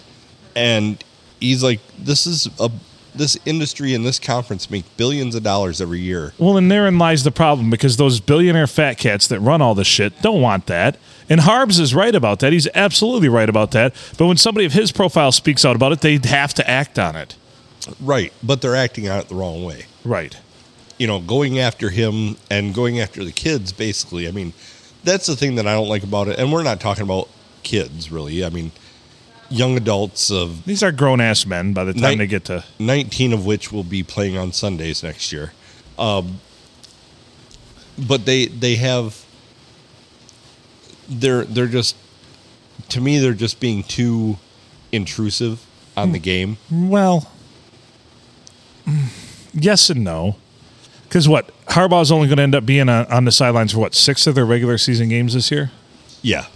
[SPEAKER 1] and he's like, "This is a this industry and this conference make billions of dollars every year."
[SPEAKER 2] Well, and therein lies the problem because those billionaire fat cats that run all this shit don't want that. And Harbs is right about that. He's absolutely right about that. But when somebody of his profile speaks out about it, they have to act on it.
[SPEAKER 1] Right, but they're acting on it the wrong way.
[SPEAKER 2] Right.
[SPEAKER 1] You know, going after him and going after the kids. Basically, I mean, that's the thing that I don't like about it. And we're not talking about kids, really. I mean, young adults of
[SPEAKER 2] These are grown ass men by the time
[SPEAKER 1] Night-
[SPEAKER 2] they get to.
[SPEAKER 1] 19 of which will be playing on Sundays next year. Um, but they they have they're they're just to me they're just being too intrusive on the game.
[SPEAKER 2] Well, mm, yes and no. Because what? Harbaugh's only going to end up being uh on the sidelines for what, six of their regular season games this year?
[SPEAKER 1] Yeah.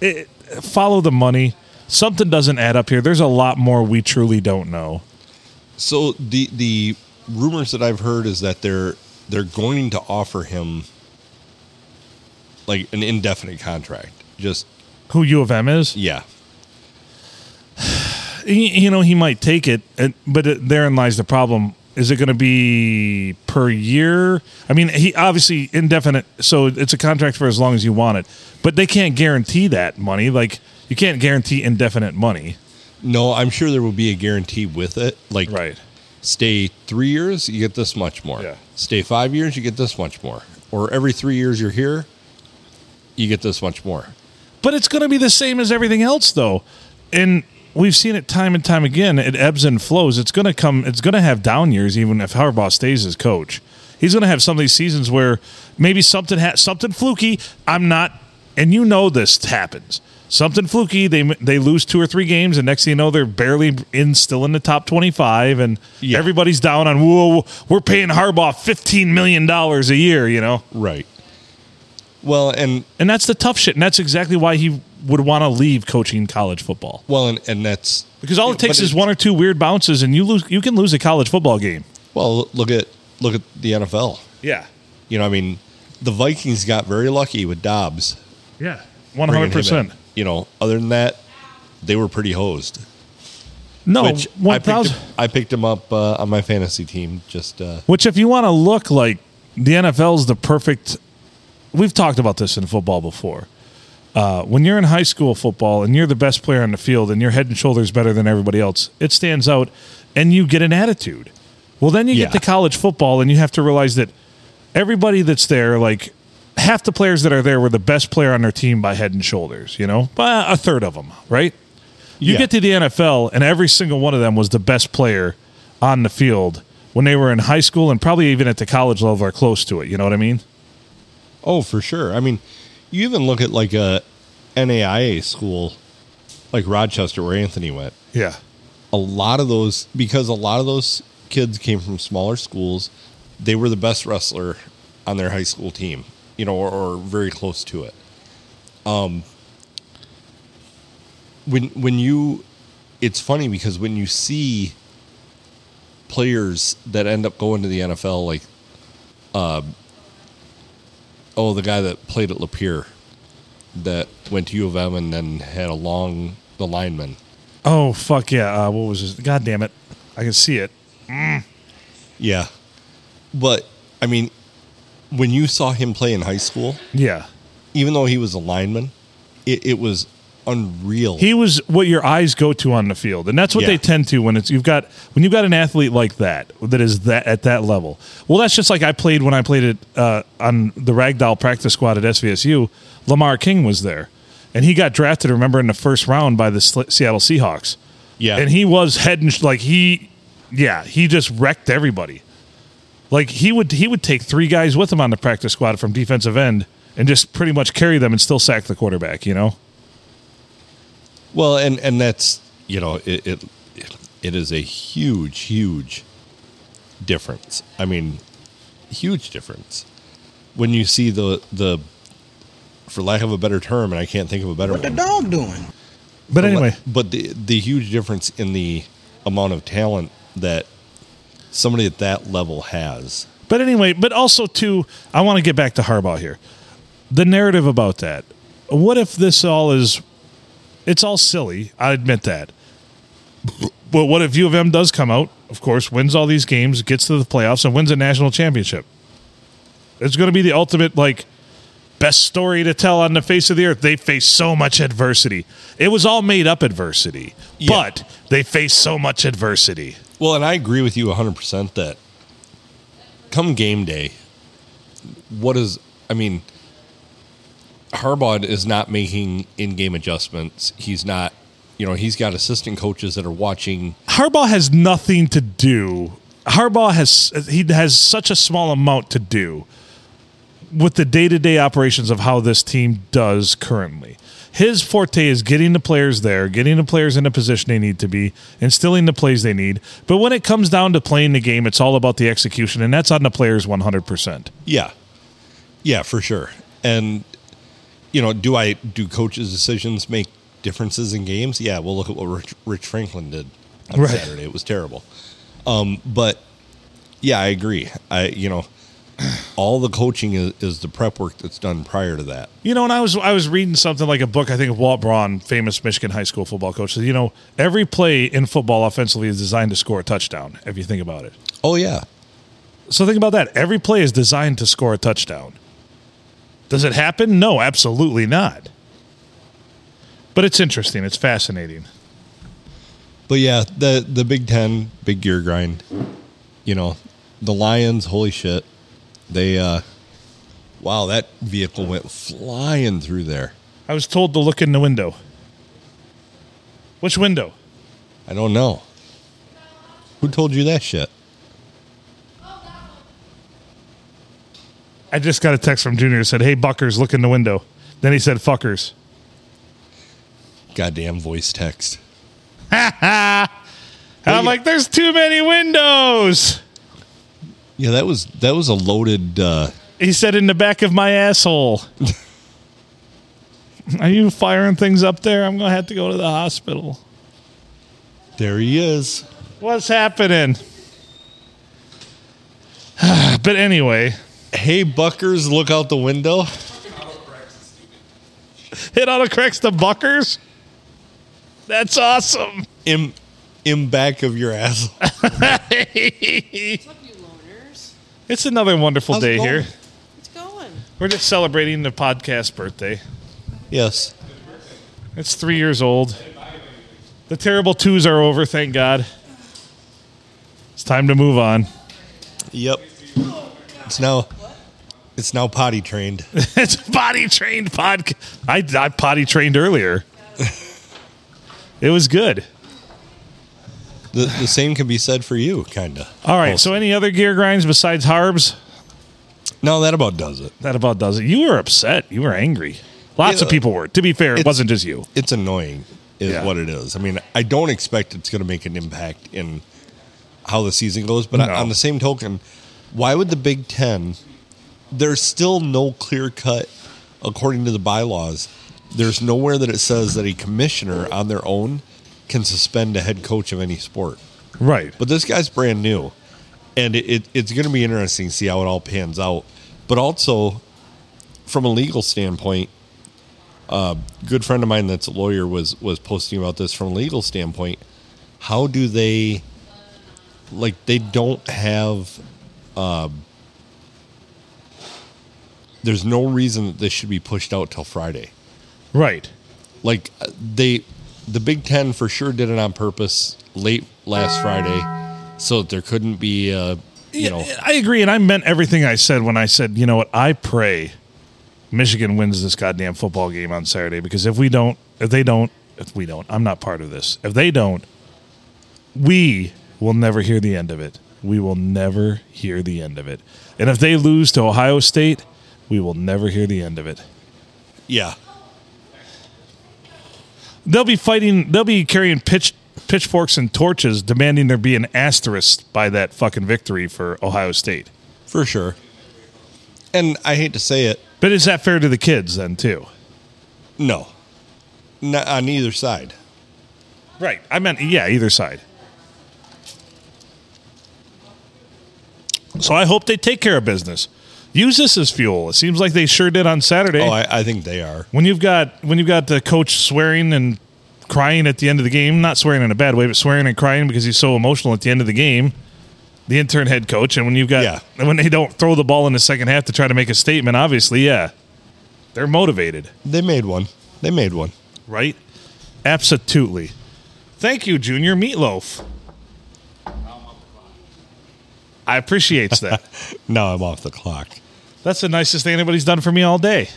[SPEAKER 2] it, follow the money. Something doesn't add up here. There's a lot more we truly don't know.
[SPEAKER 1] So the the rumors that I've heard is that they're they're going to offer him like an indefinite contract. Just
[SPEAKER 2] Who U of M is?
[SPEAKER 1] yeah.
[SPEAKER 2] he, you know he might take it and, but it, therein lies the problem is it going to be per year i mean he obviously indefinite so it's a contract for as long as you want it but they can't guarantee that money like you can't guarantee indefinite money
[SPEAKER 1] No, I'm sure there will be a guarantee with it. Like stay three years, you get this much more.
[SPEAKER 2] Yeah.
[SPEAKER 1] Stay five years, you get this much more. Or every three years you're here, you get this much more.
[SPEAKER 2] But it's going to be the same as everything else, though. And we've seen it time and time again. It ebbs and flows. It's going to come. It's going to have down years, even if Harbaugh stays as coach. He's going to have some of these seasons where maybe something ha- something fluky. I'm not, and you know this happens. Something fluky. They they lose two or three games, and next thing you know, they're barely in, still in the top twenty five, and
[SPEAKER 1] Yeah.
[SPEAKER 2] everybody's down on. Whoa, we're paying Harbaugh fifteen million dollars a year. You know.
[SPEAKER 1] Right. Well, and
[SPEAKER 2] And that's the tough shit. And that's exactly why he would want to leave coaching college football.
[SPEAKER 1] well, and, and that's
[SPEAKER 2] Because all it takes
[SPEAKER 1] But
[SPEAKER 2] is
[SPEAKER 1] it-
[SPEAKER 2] one or two weird bounces and you lose you can lose a college football game.
[SPEAKER 1] well. Look at look at the NFL.
[SPEAKER 2] Yeah.
[SPEAKER 1] You know, I mean, the Vikings got very lucky with Dobbs.
[SPEAKER 2] Yeah. One hundred percent.
[SPEAKER 1] Bringing him you know, other than that, they were pretty hosed.
[SPEAKER 2] No,
[SPEAKER 1] Which I
[SPEAKER 2] Oh, one
[SPEAKER 1] picked, him-
[SPEAKER 2] thousand.
[SPEAKER 1] I picked him up uh, on my fantasy team. Just uh,
[SPEAKER 2] Which, if you want to look like the NFL's the perfect, we've talked about this in football before. Uh, when you're in high school football and you're the best player on the field and you're head and shoulders better than everybody else, it stands out and you get an attitude. Well, then you
[SPEAKER 1] Yeah.
[SPEAKER 2] get to college football and you have to realize that everybody that's there, like half the players that are there were the best player on their team by head and shoulders, you know, by a third of them, right? You
[SPEAKER 1] Yeah.
[SPEAKER 2] get to the NFL, and every single one of them was the best player on the field when they were in high school and probably even at the college level or close to it. You know what I mean?
[SPEAKER 1] oh, for sure. I mean, you even look at like a NAIA school, like Rochester, where Anthony went.
[SPEAKER 2] Yeah.
[SPEAKER 1] a lot of those because a lot of those kids came from smaller schools they were the best wrestler on their high school team you know or, or very close to it um when when you it's funny because when you see players that end up going to the NFL like uh oh the guy that played at Lapeer that went to U of M and then had a long the lineman
[SPEAKER 2] Oh fuck yeah! Uh, what was his? God damn it! I can see it.
[SPEAKER 1] Yeah. But I mean, when you saw him play in high school,
[SPEAKER 2] Yeah.
[SPEAKER 1] even though he was a lineman, it, it was unreal.
[SPEAKER 2] He was what your eyes go to on the field, and that's what
[SPEAKER 1] Yeah.
[SPEAKER 2] they tend to when it's you've got when you've got an athlete like that that is that at that level. Well, that's just like I played when I played it uh, on the ragdoll practice squad at SVSU. Lamar King was there, and he got drafted. Remember in the first round by the Sl- Seattle Seahawks.
[SPEAKER 1] yeah.
[SPEAKER 2] and he was head and sh- like he, yeah, he just wrecked everybody. Like he would he would take three guys with him on the practice squad from defensive end and just pretty much carry them and still sack the quarterback. You know.
[SPEAKER 1] well, and, and that's, you know, it, it, it is a huge, huge difference. I mean, huge difference when you see the, the, for lack of a better term, and I can't think of a better
[SPEAKER 4] What the
[SPEAKER 1] one.
[SPEAKER 4] dog doing?
[SPEAKER 2] But anyway,
[SPEAKER 1] but the the huge difference in the amount of talent that somebody at that level has.
[SPEAKER 2] But anyway, but also too, I want to get back to Harbaugh here. The narrative about that. What if this all is? It's all silly. I admit that. But what if U of M does come out? Of course, wins all these games, gets to the playoffs, and wins a national championship. It's going to be the ultimate like best story to tell on the face of the earth. They faced so much adversity. It was all made up adversity, but they faced so much adversity.
[SPEAKER 1] Well, and I agree with you 100% that come game day, what is I mean Harbaugh is not making in-game adjustments. He's not, you know, he's got assistant coaches that are watching
[SPEAKER 2] Harbaugh has nothing to do. Harbaugh has he has such a small amount to do with the day-to-day operations of how this team does currently. His forte is getting the players there, getting the players in the position they need to be, instilling the plays they need. But when it comes down to playing the game, it's all about the execution, and that's on the players 100%.
[SPEAKER 1] Yeah. Yeah, for sure. And you know, do I do coaches' decisions make differences in games? Yeah, well look at what Rich, Rich Franklin did on
[SPEAKER 2] Right.
[SPEAKER 1] Saturday. It was terrible. Um, but yeah, I agree. I you know, all the coaching is, is the prep work that's done prior to that.
[SPEAKER 2] You know, and I was I was reading something like a book. I think of Walt Braun, famous Michigan high school football coach. said, You know, every play in football offensively is designed to score a touchdown. If you think about it,
[SPEAKER 1] Oh yeah.
[SPEAKER 2] So think about that. Every play is designed to score a touchdown. Does it happen? No, absolutely not. But it's interesting. It's fascinating.
[SPEAKER 1] But yeah, the the Big Ten, big gear grind. You know, the Lions, holy shit. They uh wow, that vehicle went flying through there.
[SPEAKER 2] I was told to look in the window. Which window?
[SPEAKER 1] I don't know. Who told you that shit?
[SPEAKER 2] I just got a text from Junior that said, "Hey, Buckers, look in the window." Then he said, "Fuckers."
[SPEAKER 1] Goddamn voice text.
[SPEAKER 2] I'm like, "There's too many windows."
[SPEAKER 1] Yeah, that was that was a loaded. Uh,
[SPEAKER 2] He said, "In the back of my asshole." Are you firing things up there? I'm gonna have to go to the hospital.
[SPEAKER 1] there he is.
[SPEAKER 2] What's happening? but anyway,
[SPEAKER 1] Hey, Buckers, look out the window.
[SPEAKER 2] It auto corrects the buckers. That's awesome.
[SPEAKER 1] in in back of your ass.
[SPEAKER 2] it's
[SPEAKER 4] What's up, you loners?
[SPEAKER 2] another wonderful
[SPEAKER 1] How's it
[SPEAKER 2] day
[SPEAKER 1] going?
[SPEAKER 2] here.
[SPEAKER 4] It's going.
[SPEAKER 2] We're just celebrating the podcast birthday.
[SPEAKER 1] Yes.
[SPEAKER 2] It's three years old. The terrible twos are over, thank God. It's time to move on.
[SPEAKER 1] Yep. It's now it's now potty trained.
[SPEAKER 2] it's a potty trained podcast. I, I potty trained earlier. it was good.
[SPEAKER 1] The, the same can be said for you, kinda.
[SPEAKER 2] All right. So, any other gear grinds besides Harbs?
[SPEAKER 1] No, that about does it.
[SPEAKER 2] That about does it. You were upset. You were angry. Lots of
[SPEAKER 1] Yeah.
[SPEAKER 2] people were. To be fair, it
[SPEAKER 1] It's-
[SPEAKER 2] wasn't just you.
[SPEAKER 1] It's annoying, is
[SPEAKER 2] Yeah.
[SPEAKER 1] what it is. I mean, I don't expect it's going to make an impact in how the season goes, but
[SPEAKER 2] No.
[SPEAKER 1] on the same token, why would the Big Ten? There's still no clear cut, according to the bylaws. There's nowhere that it says that a commissioner on their own can suspend a head coach of any sport.
[SPEAKER 2] Right.
[SPEAKER 1] But this guy's brand new, and it, it, it's going to be interesting to see how it all pans out. But also, from a legal standpoint, a good friend of mine that's a lawyer was was posting about this from a legal standpoint. How do they, like, they don't have. Um, there's no reason that this should be pushed out till Friday
[SPEAKER 2] Right.
[SPEAKER 1] like uh, they the big ten for sure did it on purpose late last friday so that there couldn't be a you know
[SPEAKER 2] I agree, and I meant everything I said when I said, you know what, I pray Michigan wins this goddamn football game on Saturday because if we don't, if they don't, if we don't, I'm not part of this. If they don't, we will never hear the end of it. We will never hear the end of it. And if they lose to Ohio State, we will never hear the end of it.
[SPEAKER 1] yeah
[SPEAKER 2] They'll be fighting. They'll be carrying pitch, pitchforks and torches, demanding there be an asterisk by that fucking victory for Ohio State.
[SPEAKER 1] for sure and i hate to say it
[SPEAKER 2] But is that fair to the kids then too?
[SPEAKER 1] no not on either side
[SPEAKER 2] Right. I meant yeah, either side. So I hope they take care of business. Use this as fuel. It seems like they sure did on Saturday.
[SPEAKER 1] oh I, I think they are
[SPEAKER 2] when you've got when you've got the coach swearing and crying at the end of the game, not swearing in a bad way, but swearing and crying because he's so emotional at the end of the game. The intern head coach, and when you've got
[SPEAKER 1] Yeah.
[SPEAKER 2] and when they don't throw the ball in the second half to try to make a statement, obviously, yeah, they're motivated
[SPEAKER 1] they made one they made one
[SPEAKER 2] right? Absolutely. Thank you, Junior Meatloaf. I appreciates that.
[SPEAKER 1] now i'm off the clock
[SPEAKER 2] That's the nicest thing anybody's done for me all day.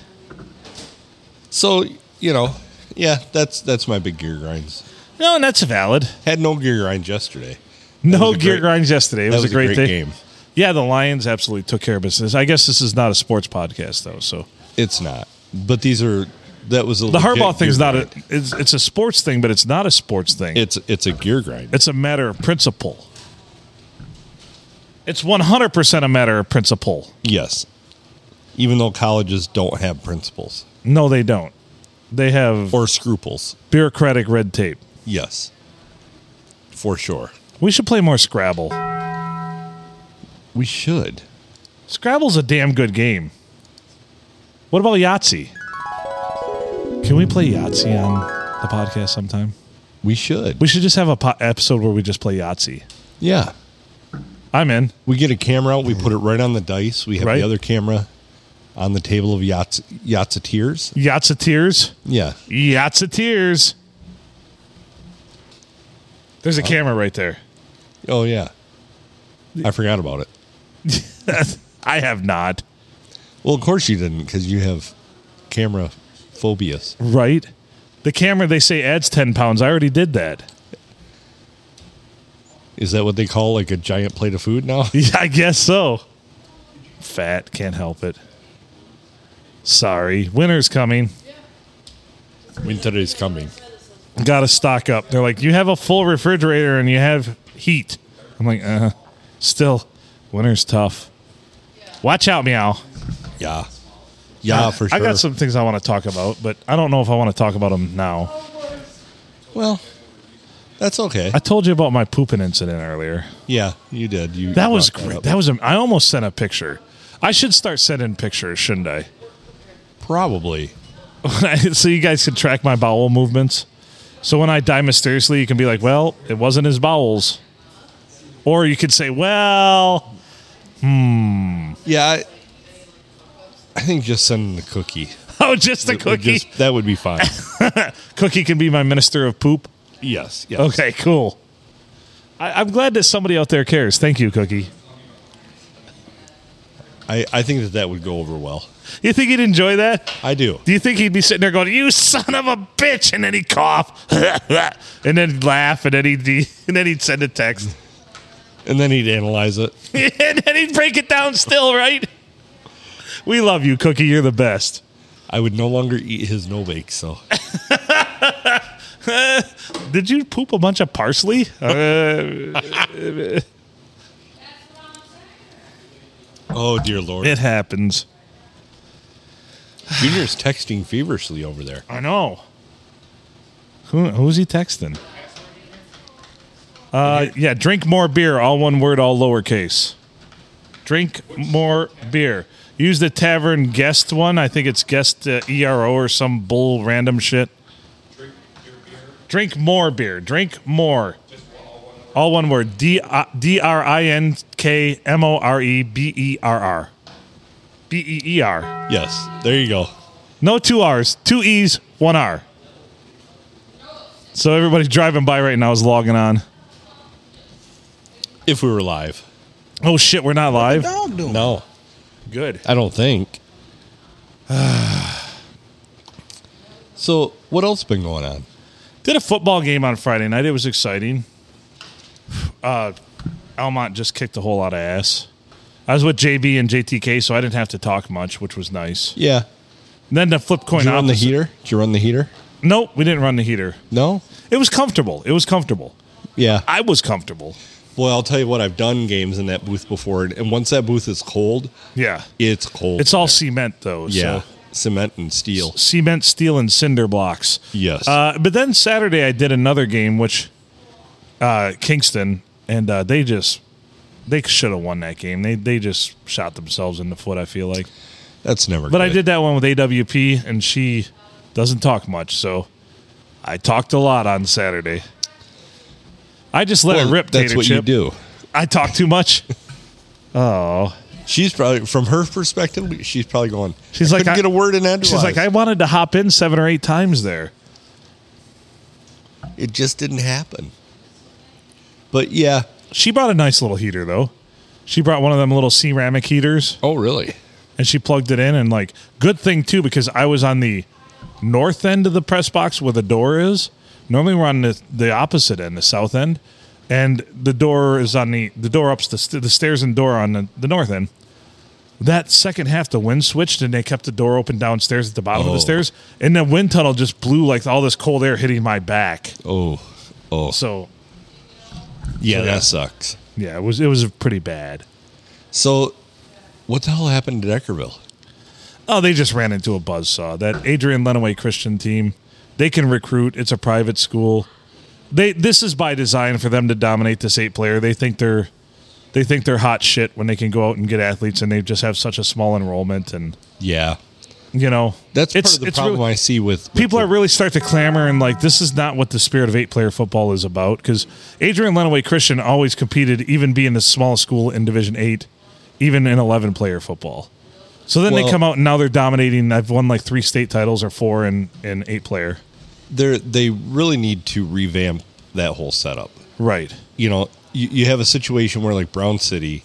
[SPEAKER 1] so you know yeah that's that's my big gear grinds
[SPEAKER 2] No, and that's valid.
[SPEAKER 1] had no gear grinds yesterday
[SPEAKER 2] No
[SPEAKER 1] was a
[SPEAKER 2] gear
[SPEAKER 1] great-
[SPEAKER 2] grinds yesterday. It was, a great, day.
[SPEAKER 1] game
[SPEAKER 2] Yeah, the Lions absolutely took care of business. I guess this is not a sports podcast though, so
[SPEAKER 1] it's not but these are that was a
[SPEAKER 2] the
[SPEAKER 1] legit
[SPEAKER 2] Harbaugh thing's
[SPEAKER 1] gear
[SPEAKER 2] not a
[SPEAKER 1] grind.
[SPEAKER 2] it's, it's a sports thing, but it's not a sports thing.
[SPEAKER 1] it's it's a gear grind
[SPEAKER 2] It's a matter of principle. It's 100% a matter of principle.
[SPEAKER 1] Yes. Even though colleges don't have principles
[SPEAKER 2] No, they don't. They have
[SPEAKER 1] or scruples.
[SPEAKER 2] bureaucratic red tape.
[SPEAKER 1] Yes. For sure.
[SPEAKER 2] We should play more Scrabble.
[SPEAKER 1] We should.
[SPEAKER 2] Scrabble's a damn good game. What about Yahtzee? Can we play Yahtzee on the podcast sometime?
[SPEAKER 1] We should.
[SPEAKER 2] We should just have a po- episode where we just play Yahtzee.
[SPEAKER 1] yeah.
[SPEAKER 2] I'm in.
[SPEAKER 1] We get a camera out, we put it right on the dice. We have
[SPEAKER 2] Right.
[SPEAKER 1] the other camera on the table of yachts yachtseteers.
[SPEAKER 2] Yahtzeeteers.
[SPEAKER 1] Yeah.
[SPEAKER 2] Yahtzeeteers. There's a camera right there.
[SPEAKER 1] Oh yeah. I forgot about it.
[SPEAKER 2] I have not.
[SPEAKER 1] Well, of course you didn't because you have camera phobias.
[SPEAKER 2] Right? The camera they say adds 10 pounds. I already did that.
[SPEAKER 1] Is that what they call like a giant plate of food now?
[SPEAKER 2] Yeah, I guess so. Fat, can't help it. Sorry. Winter's coming.
[SPEAKER 1] Winter is coming.
[SPEAKER 2] Got to stock up. They're like, you have a full refrigerator and you have heat. I'm like, uh, still, winter's tough. Watch out, meow.
[SPEAKER 1] Yeah. Yeah, for sure.
[SPEAKER 2] I got some things I want to talk about, but I don't know if I want to talk about them now.
[SPEAKER 1] Well, that's okay.
[SPEAKER 2] I told you about my pooping incident earlier.
[SPEAKER 1] Yeah, you did. You
[SPEAKER 2] That was
[SPEAKER 1] brought
[SPEAKER 2] great.
[SPEAKER 1] up.
[SPEAKER 2] That was. am- I almost sent a picture. I should start sending pictures, shouldn't I?
[SPEAKER 1] probably
[SPEAKER 2] when I, so you guys can track my bowel movements. So when I die mysteriously, you can be like, well, it wasn't his bowels. Or you could say, well,
[SPEAKER 1] Yeah, I, I think just sending the cookie.
[SPEAKER 2] oh, just a
[SPEAKER 1] It would
[SPEAKER 2] cookie.
[SPEAKER 1] just- that would be fine.
[SPEAKER 2] cookie can be my minister of poop.
[SPEAKER 1] yes. Yes.
[SPEAKER 2] Okay, cool. I, I'm glad that somebody out there cares. Thank you, Cookie.
[SPEAKER 1] I, I think that that would go over well.
[SPEAKER 2] You think he'd enjoy that?
[SPEAKER 1] I do.
[SPEAKER 2] Do you think he'd be sitting there going, "You son of a bitch," and then he'd cough, and then he'd laugh, and then he'd and then he'd send a text,
[SPEAKER 1] And then he'd analyze it.
[SPEAKER 2] and then he'd break it down. Still, right? We love you, Cookie. You're the best.
[SPEAKER 1] I would no longer eat his no bake. So
[SPEAKER 2] Did you poop a bunch of parsley? Uh,
[SPEAKER 1] oh dear lord,
[SPEAKER 2] it happens.
[SPEAKER 1] Junior's texting feverishly over there.
[SPEAKER 2] I know. Who who's he texting? Uh, yeah, drink more beer. All one word, all lowercase. Drink more beer. Use the tavern guest one. I think it's guest uh, ERO or some bull random shit. Drink more beer. Drink more. All one word. D uh, D R I N K M O R E B E R R. B E E R.
[SPEAKER 1] Yes, there you go.
[SPEAKER 2] No two R's, two E's, one R. So everybody driving by right now is logging on.
[SPEAKER 1] If we were live,
[SPEAKER 2] Oh shit, we're not live.
[SPEAKER 6] Dog doing?
[SPEAKER 1] no,
[SPEAKER 2] Good.
[SPEAKER 1] I don't think. so what else been going on?
[SPEAKER 2] Did a football game on Friday night. It was exciting. Uh, Almont just kicked a whole lot of ass. I was with JB and JTK, so I didn't have to talk much, which was nice.
[SPEAKER 1] Yeah,
[SPEAKER 2] Then the flip coin
[SPEAKER 1] did you run the
[SPEAKER 2] opposite-
[SPEAKER 1] heater? Did you run the heater?
[SPEAKER 2] Nope, we didn't run the heater.
[SPEAKER 1] No.
[SPEAKER 2] It was comfortable. It was comfortable.
[SPEAKER 1] Yeah.
[SPEAKER 2] I was comfortable.
[SPEAKER 1] Well, I'll tell you what. I've done games in that booth before, and, and once that booth is cold,
[SPEAKER 2] Yeah.
[SPEAKER 1] it's cold.
[SPEAKER 2] It's all cement though.
[SPEAKER 1] yeah,
[SPEAKER 2] So
[SPEAKER 1] cement and steel.
[SPEAKER 2] cement, steel, and cinder blocks.
[SPEAKER 1] Yes.
[SPEAKER 2] Uh, but then Saturday I did another game, which uh, Kingston, and uh, they just they should have won that game. They they just shot themselves in the foot. I feel like,
[SPEAKER 1] That's never.
[SPEAKER 2] but I
[SPEAKER 1] good.
[SPEAKER 2] did that one with AWP, and she doesn't talk much, so I talked a lot on Saturday. I just let
[SPEAKER 1] Well,
[SPEAKER 2] it rip.
[SPEAKER 1] That's
[SPEAKER 2] Tater
[SPEAKER 1] what
[SPEAKER 2] Chip.
[SPEAKER 1] you do.
[SPEAKER 2] I talk too much.
[SPEAKER 1] She's probably from her perspective. She's probably going.
[SPEAKER 2] She's
[SPEAKER 1] I
[SPEAKER 2] like,
[SPEAKER 1] couldn't
[SPEAKER 2] I-
[SPEAKER 1] get a word in edgewise.
[SPEAKER 2] She's like, I wanted to hop in seven or eight times there.
[SPEAKER 1] it just didn't happen. But yeah.
[SPEAKER 2] She brought a nice little heater though. She brought one of them little ceramic heaters.
[SPEAKER 1] Oh, really?
[SPEAKER 2] and she plugged it in and like good thing too because i was on the north end of the press box where the door is normally we're on the, the opposite end the south end and the door is on the the door up the, st- the stairs and door on the, the north end that second half the wind switched and they kept the door open downstairs at the bottom of
[SPEAKER 1] Oh.
[SPEAKER 2] the stairs and the wind tunnel just blew like all this cold air hitting my back
[SPEAKER 1] Oh, oh,
[SPEAKER 2] so
[SPEAKER 1] yeah,
[SPEAKER 2] yeah.
[SPEAKER 1] that sucks.
[SPEAKER 2] yeah it was it was pretty bad
[SPEAKER 1] So, what the hell happened to Deckerville?
[SPEAKER 2] Oh, they just ran into a buzzsaw. That Adrian Lenaway Christian team, they can recruit. It's a private school. They this is by design for them to dominate this eight player. They think they're they think they're hot shit when they can go out and get athletes and they just have such a small enrollment and
[SPEAKER 1] Yeah,
[SPEAKER 2] you know
[SPEAKER 1] that's part
[SPEAKER 2] it's-
[SPEAKER 1] of the
[SPEAKER 2] it's
[SPEAKER 1] problem
[SPEAKER 2] really-
[SPEAKER 1] I see with, with
[SPEAKER 2] people
[SPEAKER 1] the-
[SPEAKER 2] are really start to clamor and like this is not what the spirit of eight player football is about because adrian lenaway christian always competed even being the smallest school in division eight even in 11 player football so then they
[SPEAKER 1] Well-
[SPEAKER 2] come out and now they're dominating i've won like three state titles or four in in eight player
[SPEAKER 1] they're they really need to revamp that whole setup.
[SPEAKER 2] right
[SPEAKER 1] You know, you, you have a situation where like Brown City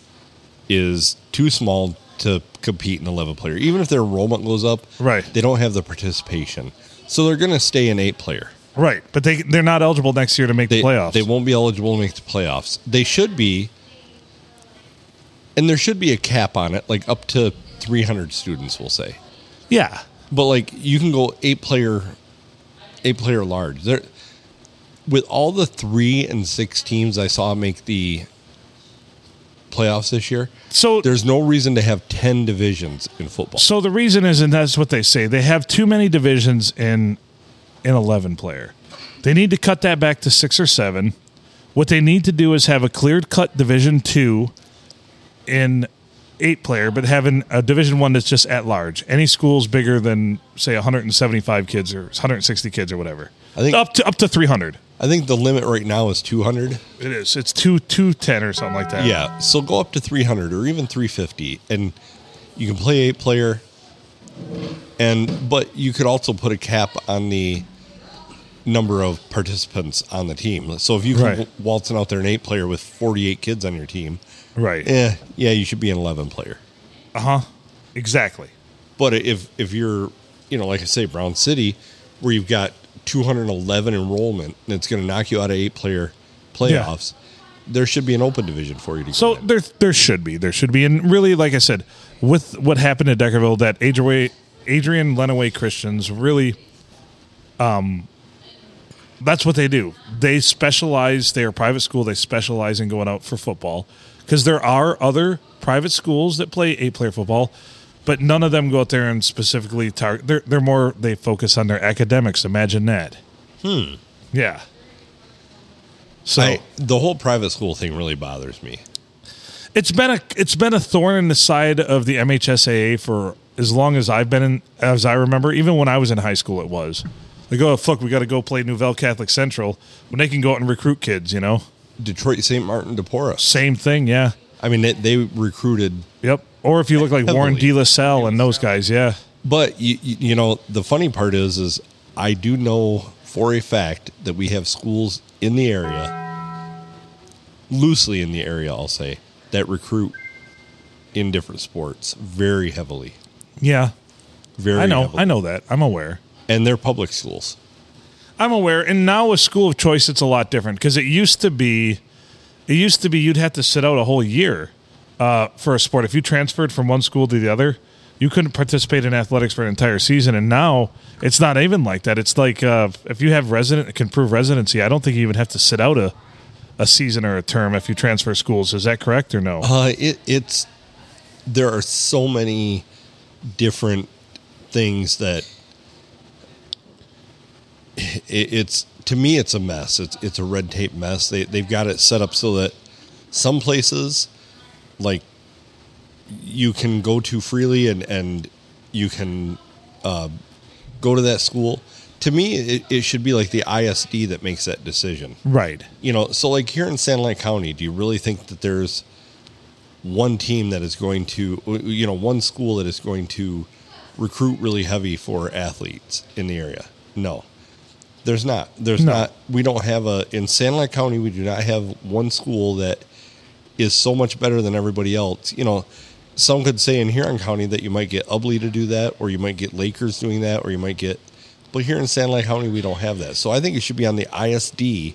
[SPEAKER 1] is too small to compete in eleven player. Even if their enrollment goes up,
[SPEAKER 2] Right.
[SPEAKER 1] They don't have the participation, so they're going to stay in eight player.
[SPEAKER 2] right but they they're not eligible next year to make
[SPEAKER 1] They,
[SPEAKER 2] the playoffs
[SPEAKER 1] They won't be eligible to make the playoffs. They should be, and there should be a cap on it, like up to 300 students, we'll say.
[SPEAKER 2] yeah
[SPEAKER 1] But like you can go eight player, eight player large. There, with all the three and six teams I saw make the playoffs this year,
[SPEAKER 2] so
[SPEAKER 1] there's no reason to have 10 divisions in football.
[SPEAKER 2] So the reason is, and that's what they say, they have too many divisions in in eleven player. They need to cut that back to six or seven. What they need to do is have a cleared cut division two in eight player, but having a Division one that's just at large. Any school's bigger than say 175 kids or 160 kids or whatever.
[SPEAKER 1] I think-
[SPEAKER 2] up to up to 300.
[SPEAKER 1] I think the limit right now is 200.
[SPEAKER 2] It is. It's two two ten or something like that.
[SPEAKER 1] Yeah, so go up to 300 or even 350, and you can play eight player. And but you could also put a cap on the number of participants on the team. So if you can
[SPEAKER 2] Right.
[SPEAKER 1] w- waltzing out there an eight player with 48 kids on your team,
[SPEAKER 2] Right.
[SPEAKER 1] eh, yeah, you should be an 11 player.
[SPEAKER 2] Exactly.
[SPEAKER 1] But if if you're, you know, like I say, Brown City, where you've got 211 enrollment, and it's going to knock you out of eight player playoffs, there should be an open division for you to. go
[SPEAKER 2] So
[SPEAKER 1] in.
[SPEAKER 2] there there should be there should be and really like I said with what happened at Deckerville that Adrian Adrian Lenaway Christians really um that's what they do. They specialize they are a private school they specialize in going out for football cuz there are other private schools that play eight player football but none of them go out there and specifically target they're they're more they focus on their academics imagine that. Hmm. Yeah. So
[SPEAKER 1] I, the whole private school thing really bothers me.
[SPEAKER 2] it's been a it's been a thorn in the side of the MHSAA for as long as I've been in, as I remember. Even when I was in high school, it was they go, oh, "Fuck, we got to go play Nouvelle Catholic Central when they can go out and recruit kids." You know,
[SPEAKER 1] Detroit St. Martin de Porras.
[SPEAKER 2] same thing. Yeah,
[SPEAKER 1] I mean, they, they recruited,
[SPEAKER 2] yep. Or if you look like Warren
[SPEAKER 1] Heavily.
[SPEAKER 2] D. LaSalle and those guys, yeah,
[SPEAKER 1] but you, you you know the funny part is is I do know for a fact that we have schools in the area, loosely in the area, I'll say that recruit in different sports very heavily.
[SPEAKER 2] yeah.
[SPEAKER 1] Very
[SPEAKER 2] I know,
[SPEAKER 1] heavily.
[SPEAKER 2] I know that. I'm aware.
[SPEAKER 1] and they're public schools.
[SPEAKER 2] I'm aware. And now with school of choice, it's a lot different because it used to be, it used to be you'd have to sit out a whole year uh, for a sport. If you transferred from one school to the other, you couldn't participate in athletics for an entire season. And now it's not even like that. It's like uh, if you have resident can prove residency, I don't think you even have to sit out a a season or a term if you transfer schools. Is that correct or no?
[SPEAKER 1] Uh, it, it's there are so many different things that it, it's to me it's a mess. It's it's a red tape mess. They they've got it set up so that some places like you can go to freely and and you can uh, go to that school. To me, it, it should be like the ISD that makes that decision
[SPEAKER 2] Right.
[SPEAKER 1] you know, so like here in San Lake County, do you really think that there's one team that is going to, you know, one school that is going to recruit really heavy for athletes in the area? No, there's not. There's
[SPEAKER 2] No.
[SPEAKER 1] not. We don't have a in San Lake County. We do not have one school that is so much better than everybody else. You know, some could say in Huron County that you might get Ubley to do that, or you might get Lakers doing that, or you might get. But here in San Lake County, we don't have that. So I think it should be on the ISD,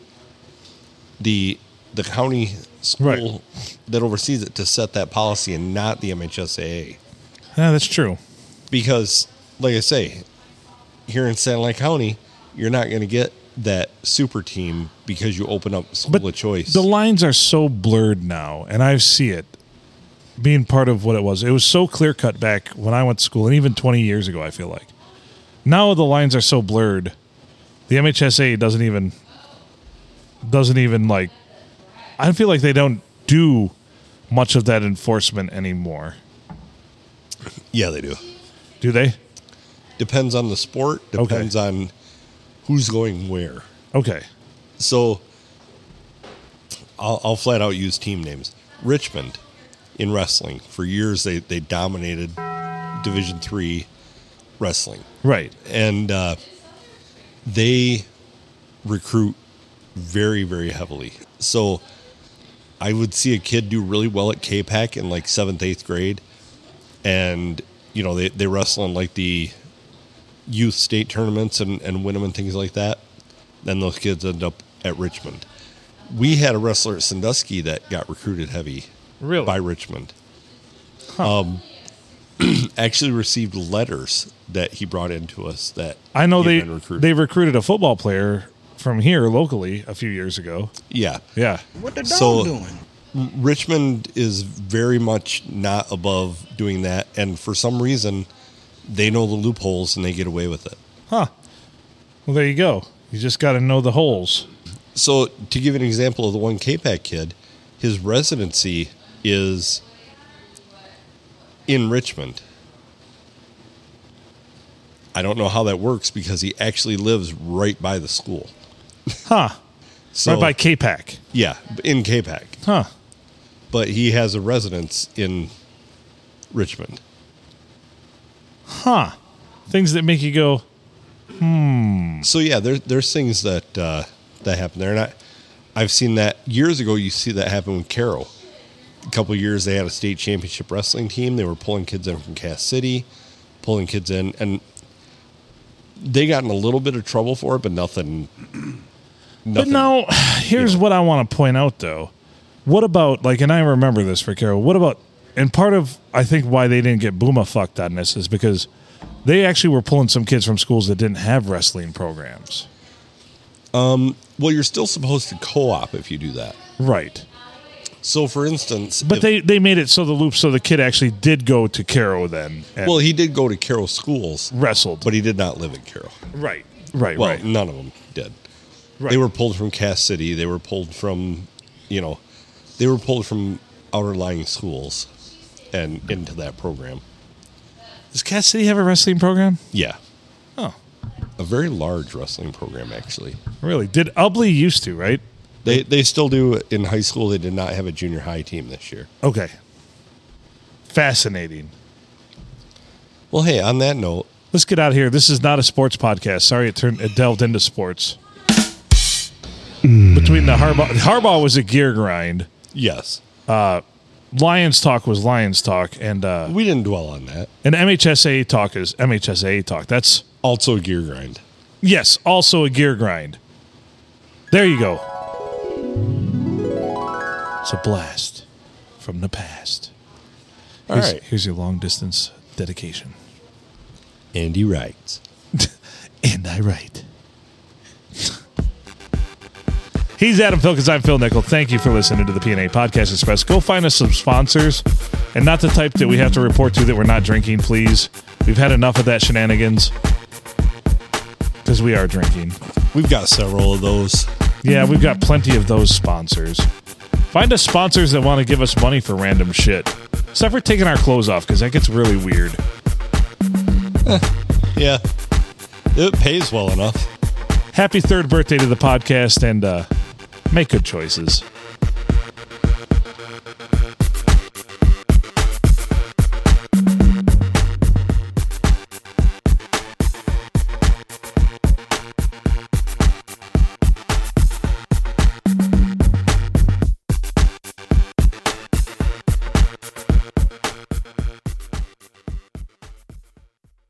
[SPEAKER 1] the the county school that oversees it, to set that policy, and not the MHSAA
[SPEAKER 2] Yeah, that's true.
[SPEAKER 1] because like I say, here in San Lake County, you're not going to get that super team because you open up school of choice.
[SPEAKER 2] The lines are so blurred now, and I see it being part of what it was. It was so clear cut back when I went to school, and even 20 years ago, I feel like. Now the lines are so blurred. The MHSA doesn't even doesn't even like I feel like they don't do much of that enforcement anymore.
[SPEAKER 1] yeah, they do.
[SPEAKER 2] Do they?
[SPEAKER 1] Depends on the sport.
[SPEAKER 2] Okay.
[SPEAKER 1] Depends on who's going where.
[SPEAKER 2] Okay.
[SPEAKER 1] So I'll, I'll flat out use team names. Richmond in wrestling for years they they dominated Division three wrestling.
[SPEAKER 2] Right.
[SPEAKER 1] and uh, they recruit very very heavily so i would see a kid do really well at k-pac in like seventh eighth grade and you know they, they wrestle in like the youth state tournaments and, and win them and things like that then those kids end up at richmond we had a wrestler at sandusky that got recruited heavy
[SPEAKER 2] Really?
[SPEAKER 1] by richmond um, actually received letters that he brought into us that
[SPEAKER 2] I know
[SPEAKER 1] he'd
[SPEAKER 2] they
[SPEAKER 1] been recruited.
[SPEAKER 2] they recruited a football player from here locally a few years ago.
[SPEAKER 1] yeah
[SPEAKER 2] Yeah.
[SPEAKER 6] What the dog
[SPEAKER 1] So-
[SPEAKER 6] doing?
[SPEAKER 1] Richmond is very much not above doing that, and for some reason, they know the loopholes and they get away with it.
[SPEAKER 2] Well, there you go. You just got to know the holes.
[SPEAKER 1] So, to give an example of the one KPAC kid, his residency is in Richmond. I don't know how that works because he actually lives right by the school.
[SPEAKER 2] Huh.
[SPEAKER 1] So,
[SPEAKER 2] right by K Pack.
[SPEAKER 1] yeah, in K-Pac.
[SPEAKER 2] Huh.
[SPEAKER 1] But he has a residence in Richmond.
[SPEAKER 2] Huh. Things that make you go,
[SPEAKER 1] So yeah, there, there's things that uh, that happen there, and I, I've seen that years ago. You see that happen with Carroll. A couple of years, they had a state championship wrestling team. They were pulling kids in from Cass City, pulling kids in, and they got in a little bit of trouble for it, but nothing.
[SPEAKER 2] But
[SPEAKER 1] nothing.
[SPEAKER 2] now, here's what I want to point out, though. What about like, and I remember this for Carol. What about, and part of I think why they didn't get Booma fucked on this is because they actually were pulling some kids from schools that didn't have wrestling programs,
[SPEAKER 1] well, you're still supposed to co-op if you do that.
[SPEAKER 2] right?
[SPEAKER 1] So, for instance,
[SPEAKER 2] But
[SPEAKER 1] if-
[SPEAKER 2] they they made it so the loop so the kid actually did go to Carol then. And
[SPEAKER 1] well, he did go to Carroll schools,
[SPEAKER 2] wrestled,
[SPEAKER 1] but he did not live in Carroll.
[SPEAKER 2] right, right,
[SPEAKER 1] Well,
[SPEAKER 2] right,
[SPEAKER 1] none of them did.
[SPEAKER 2] right.
[SPEAKER 1] They were pulled from Cass City. They were pulled from, you know, they were pulled from outer lying schools and into that program.
[SPEAKER 2] Does Cass City have a wrestling program?
[SPEAKER 1] Yeah.
[SPEAKER 2] Oh,
[SPEAKER 1] A very large wrestling program, actually.
[SPEAKER 2] really? Did Ubley used to right?
[SPEAKER 1] They, they still do in high school. They did not have a junior high team this year.
[SPEAKER 2] Okay, fascinating.
[SPEAKER 1] Well, hey, on that note,
[SPEAKER 2] Let's get out of here. This is not a sports podcast. Sorry, it turned it delved into sports.
[SPEAKER 1] Hmm.
[SPEAKER 2] Between the Harbaugh, Harbaugh was a gear grind.
[SPEAKER 1] yes,
[SPEAKER 2] Lions talk was Lions talk, and uh,
[SPEAKER 1] we didn't dwell on that.
[SPEAKER 2] and MHSA talk is MHSA talk. That's
[SPEAKER 1] Also, gear grind.
[SPEAKER 2] yes, also a gear grind. There you go. It's a blast from the past.
[SPEAKER 1] All right,
[SPEAKER 2] here's, here's your long distance dedication.
[SPEAKER 1] Andy writes.
[SPEAKER 2] And I write. He's Adam Filkins. I'm Phil Nickel. Thank you for listening to the PNA Podcast Express. Go find us some sponsors and not the type that we have to report to that we're not drinking, please. We've had enough of that shenanigans because we are drinking.
[SPEAKER 1] We've got several of those.
[SPEAKER 2] Yeah, we've got plenty of those sponsors. Find us sponsors that want to give us money for random shit. Except for taking our clothes off because that gets really weird.
[SPEAKER 1] Yeah, it pays well enough.
[SPEAKER 2] Happy third birthday to the podcast and uh, make good choices.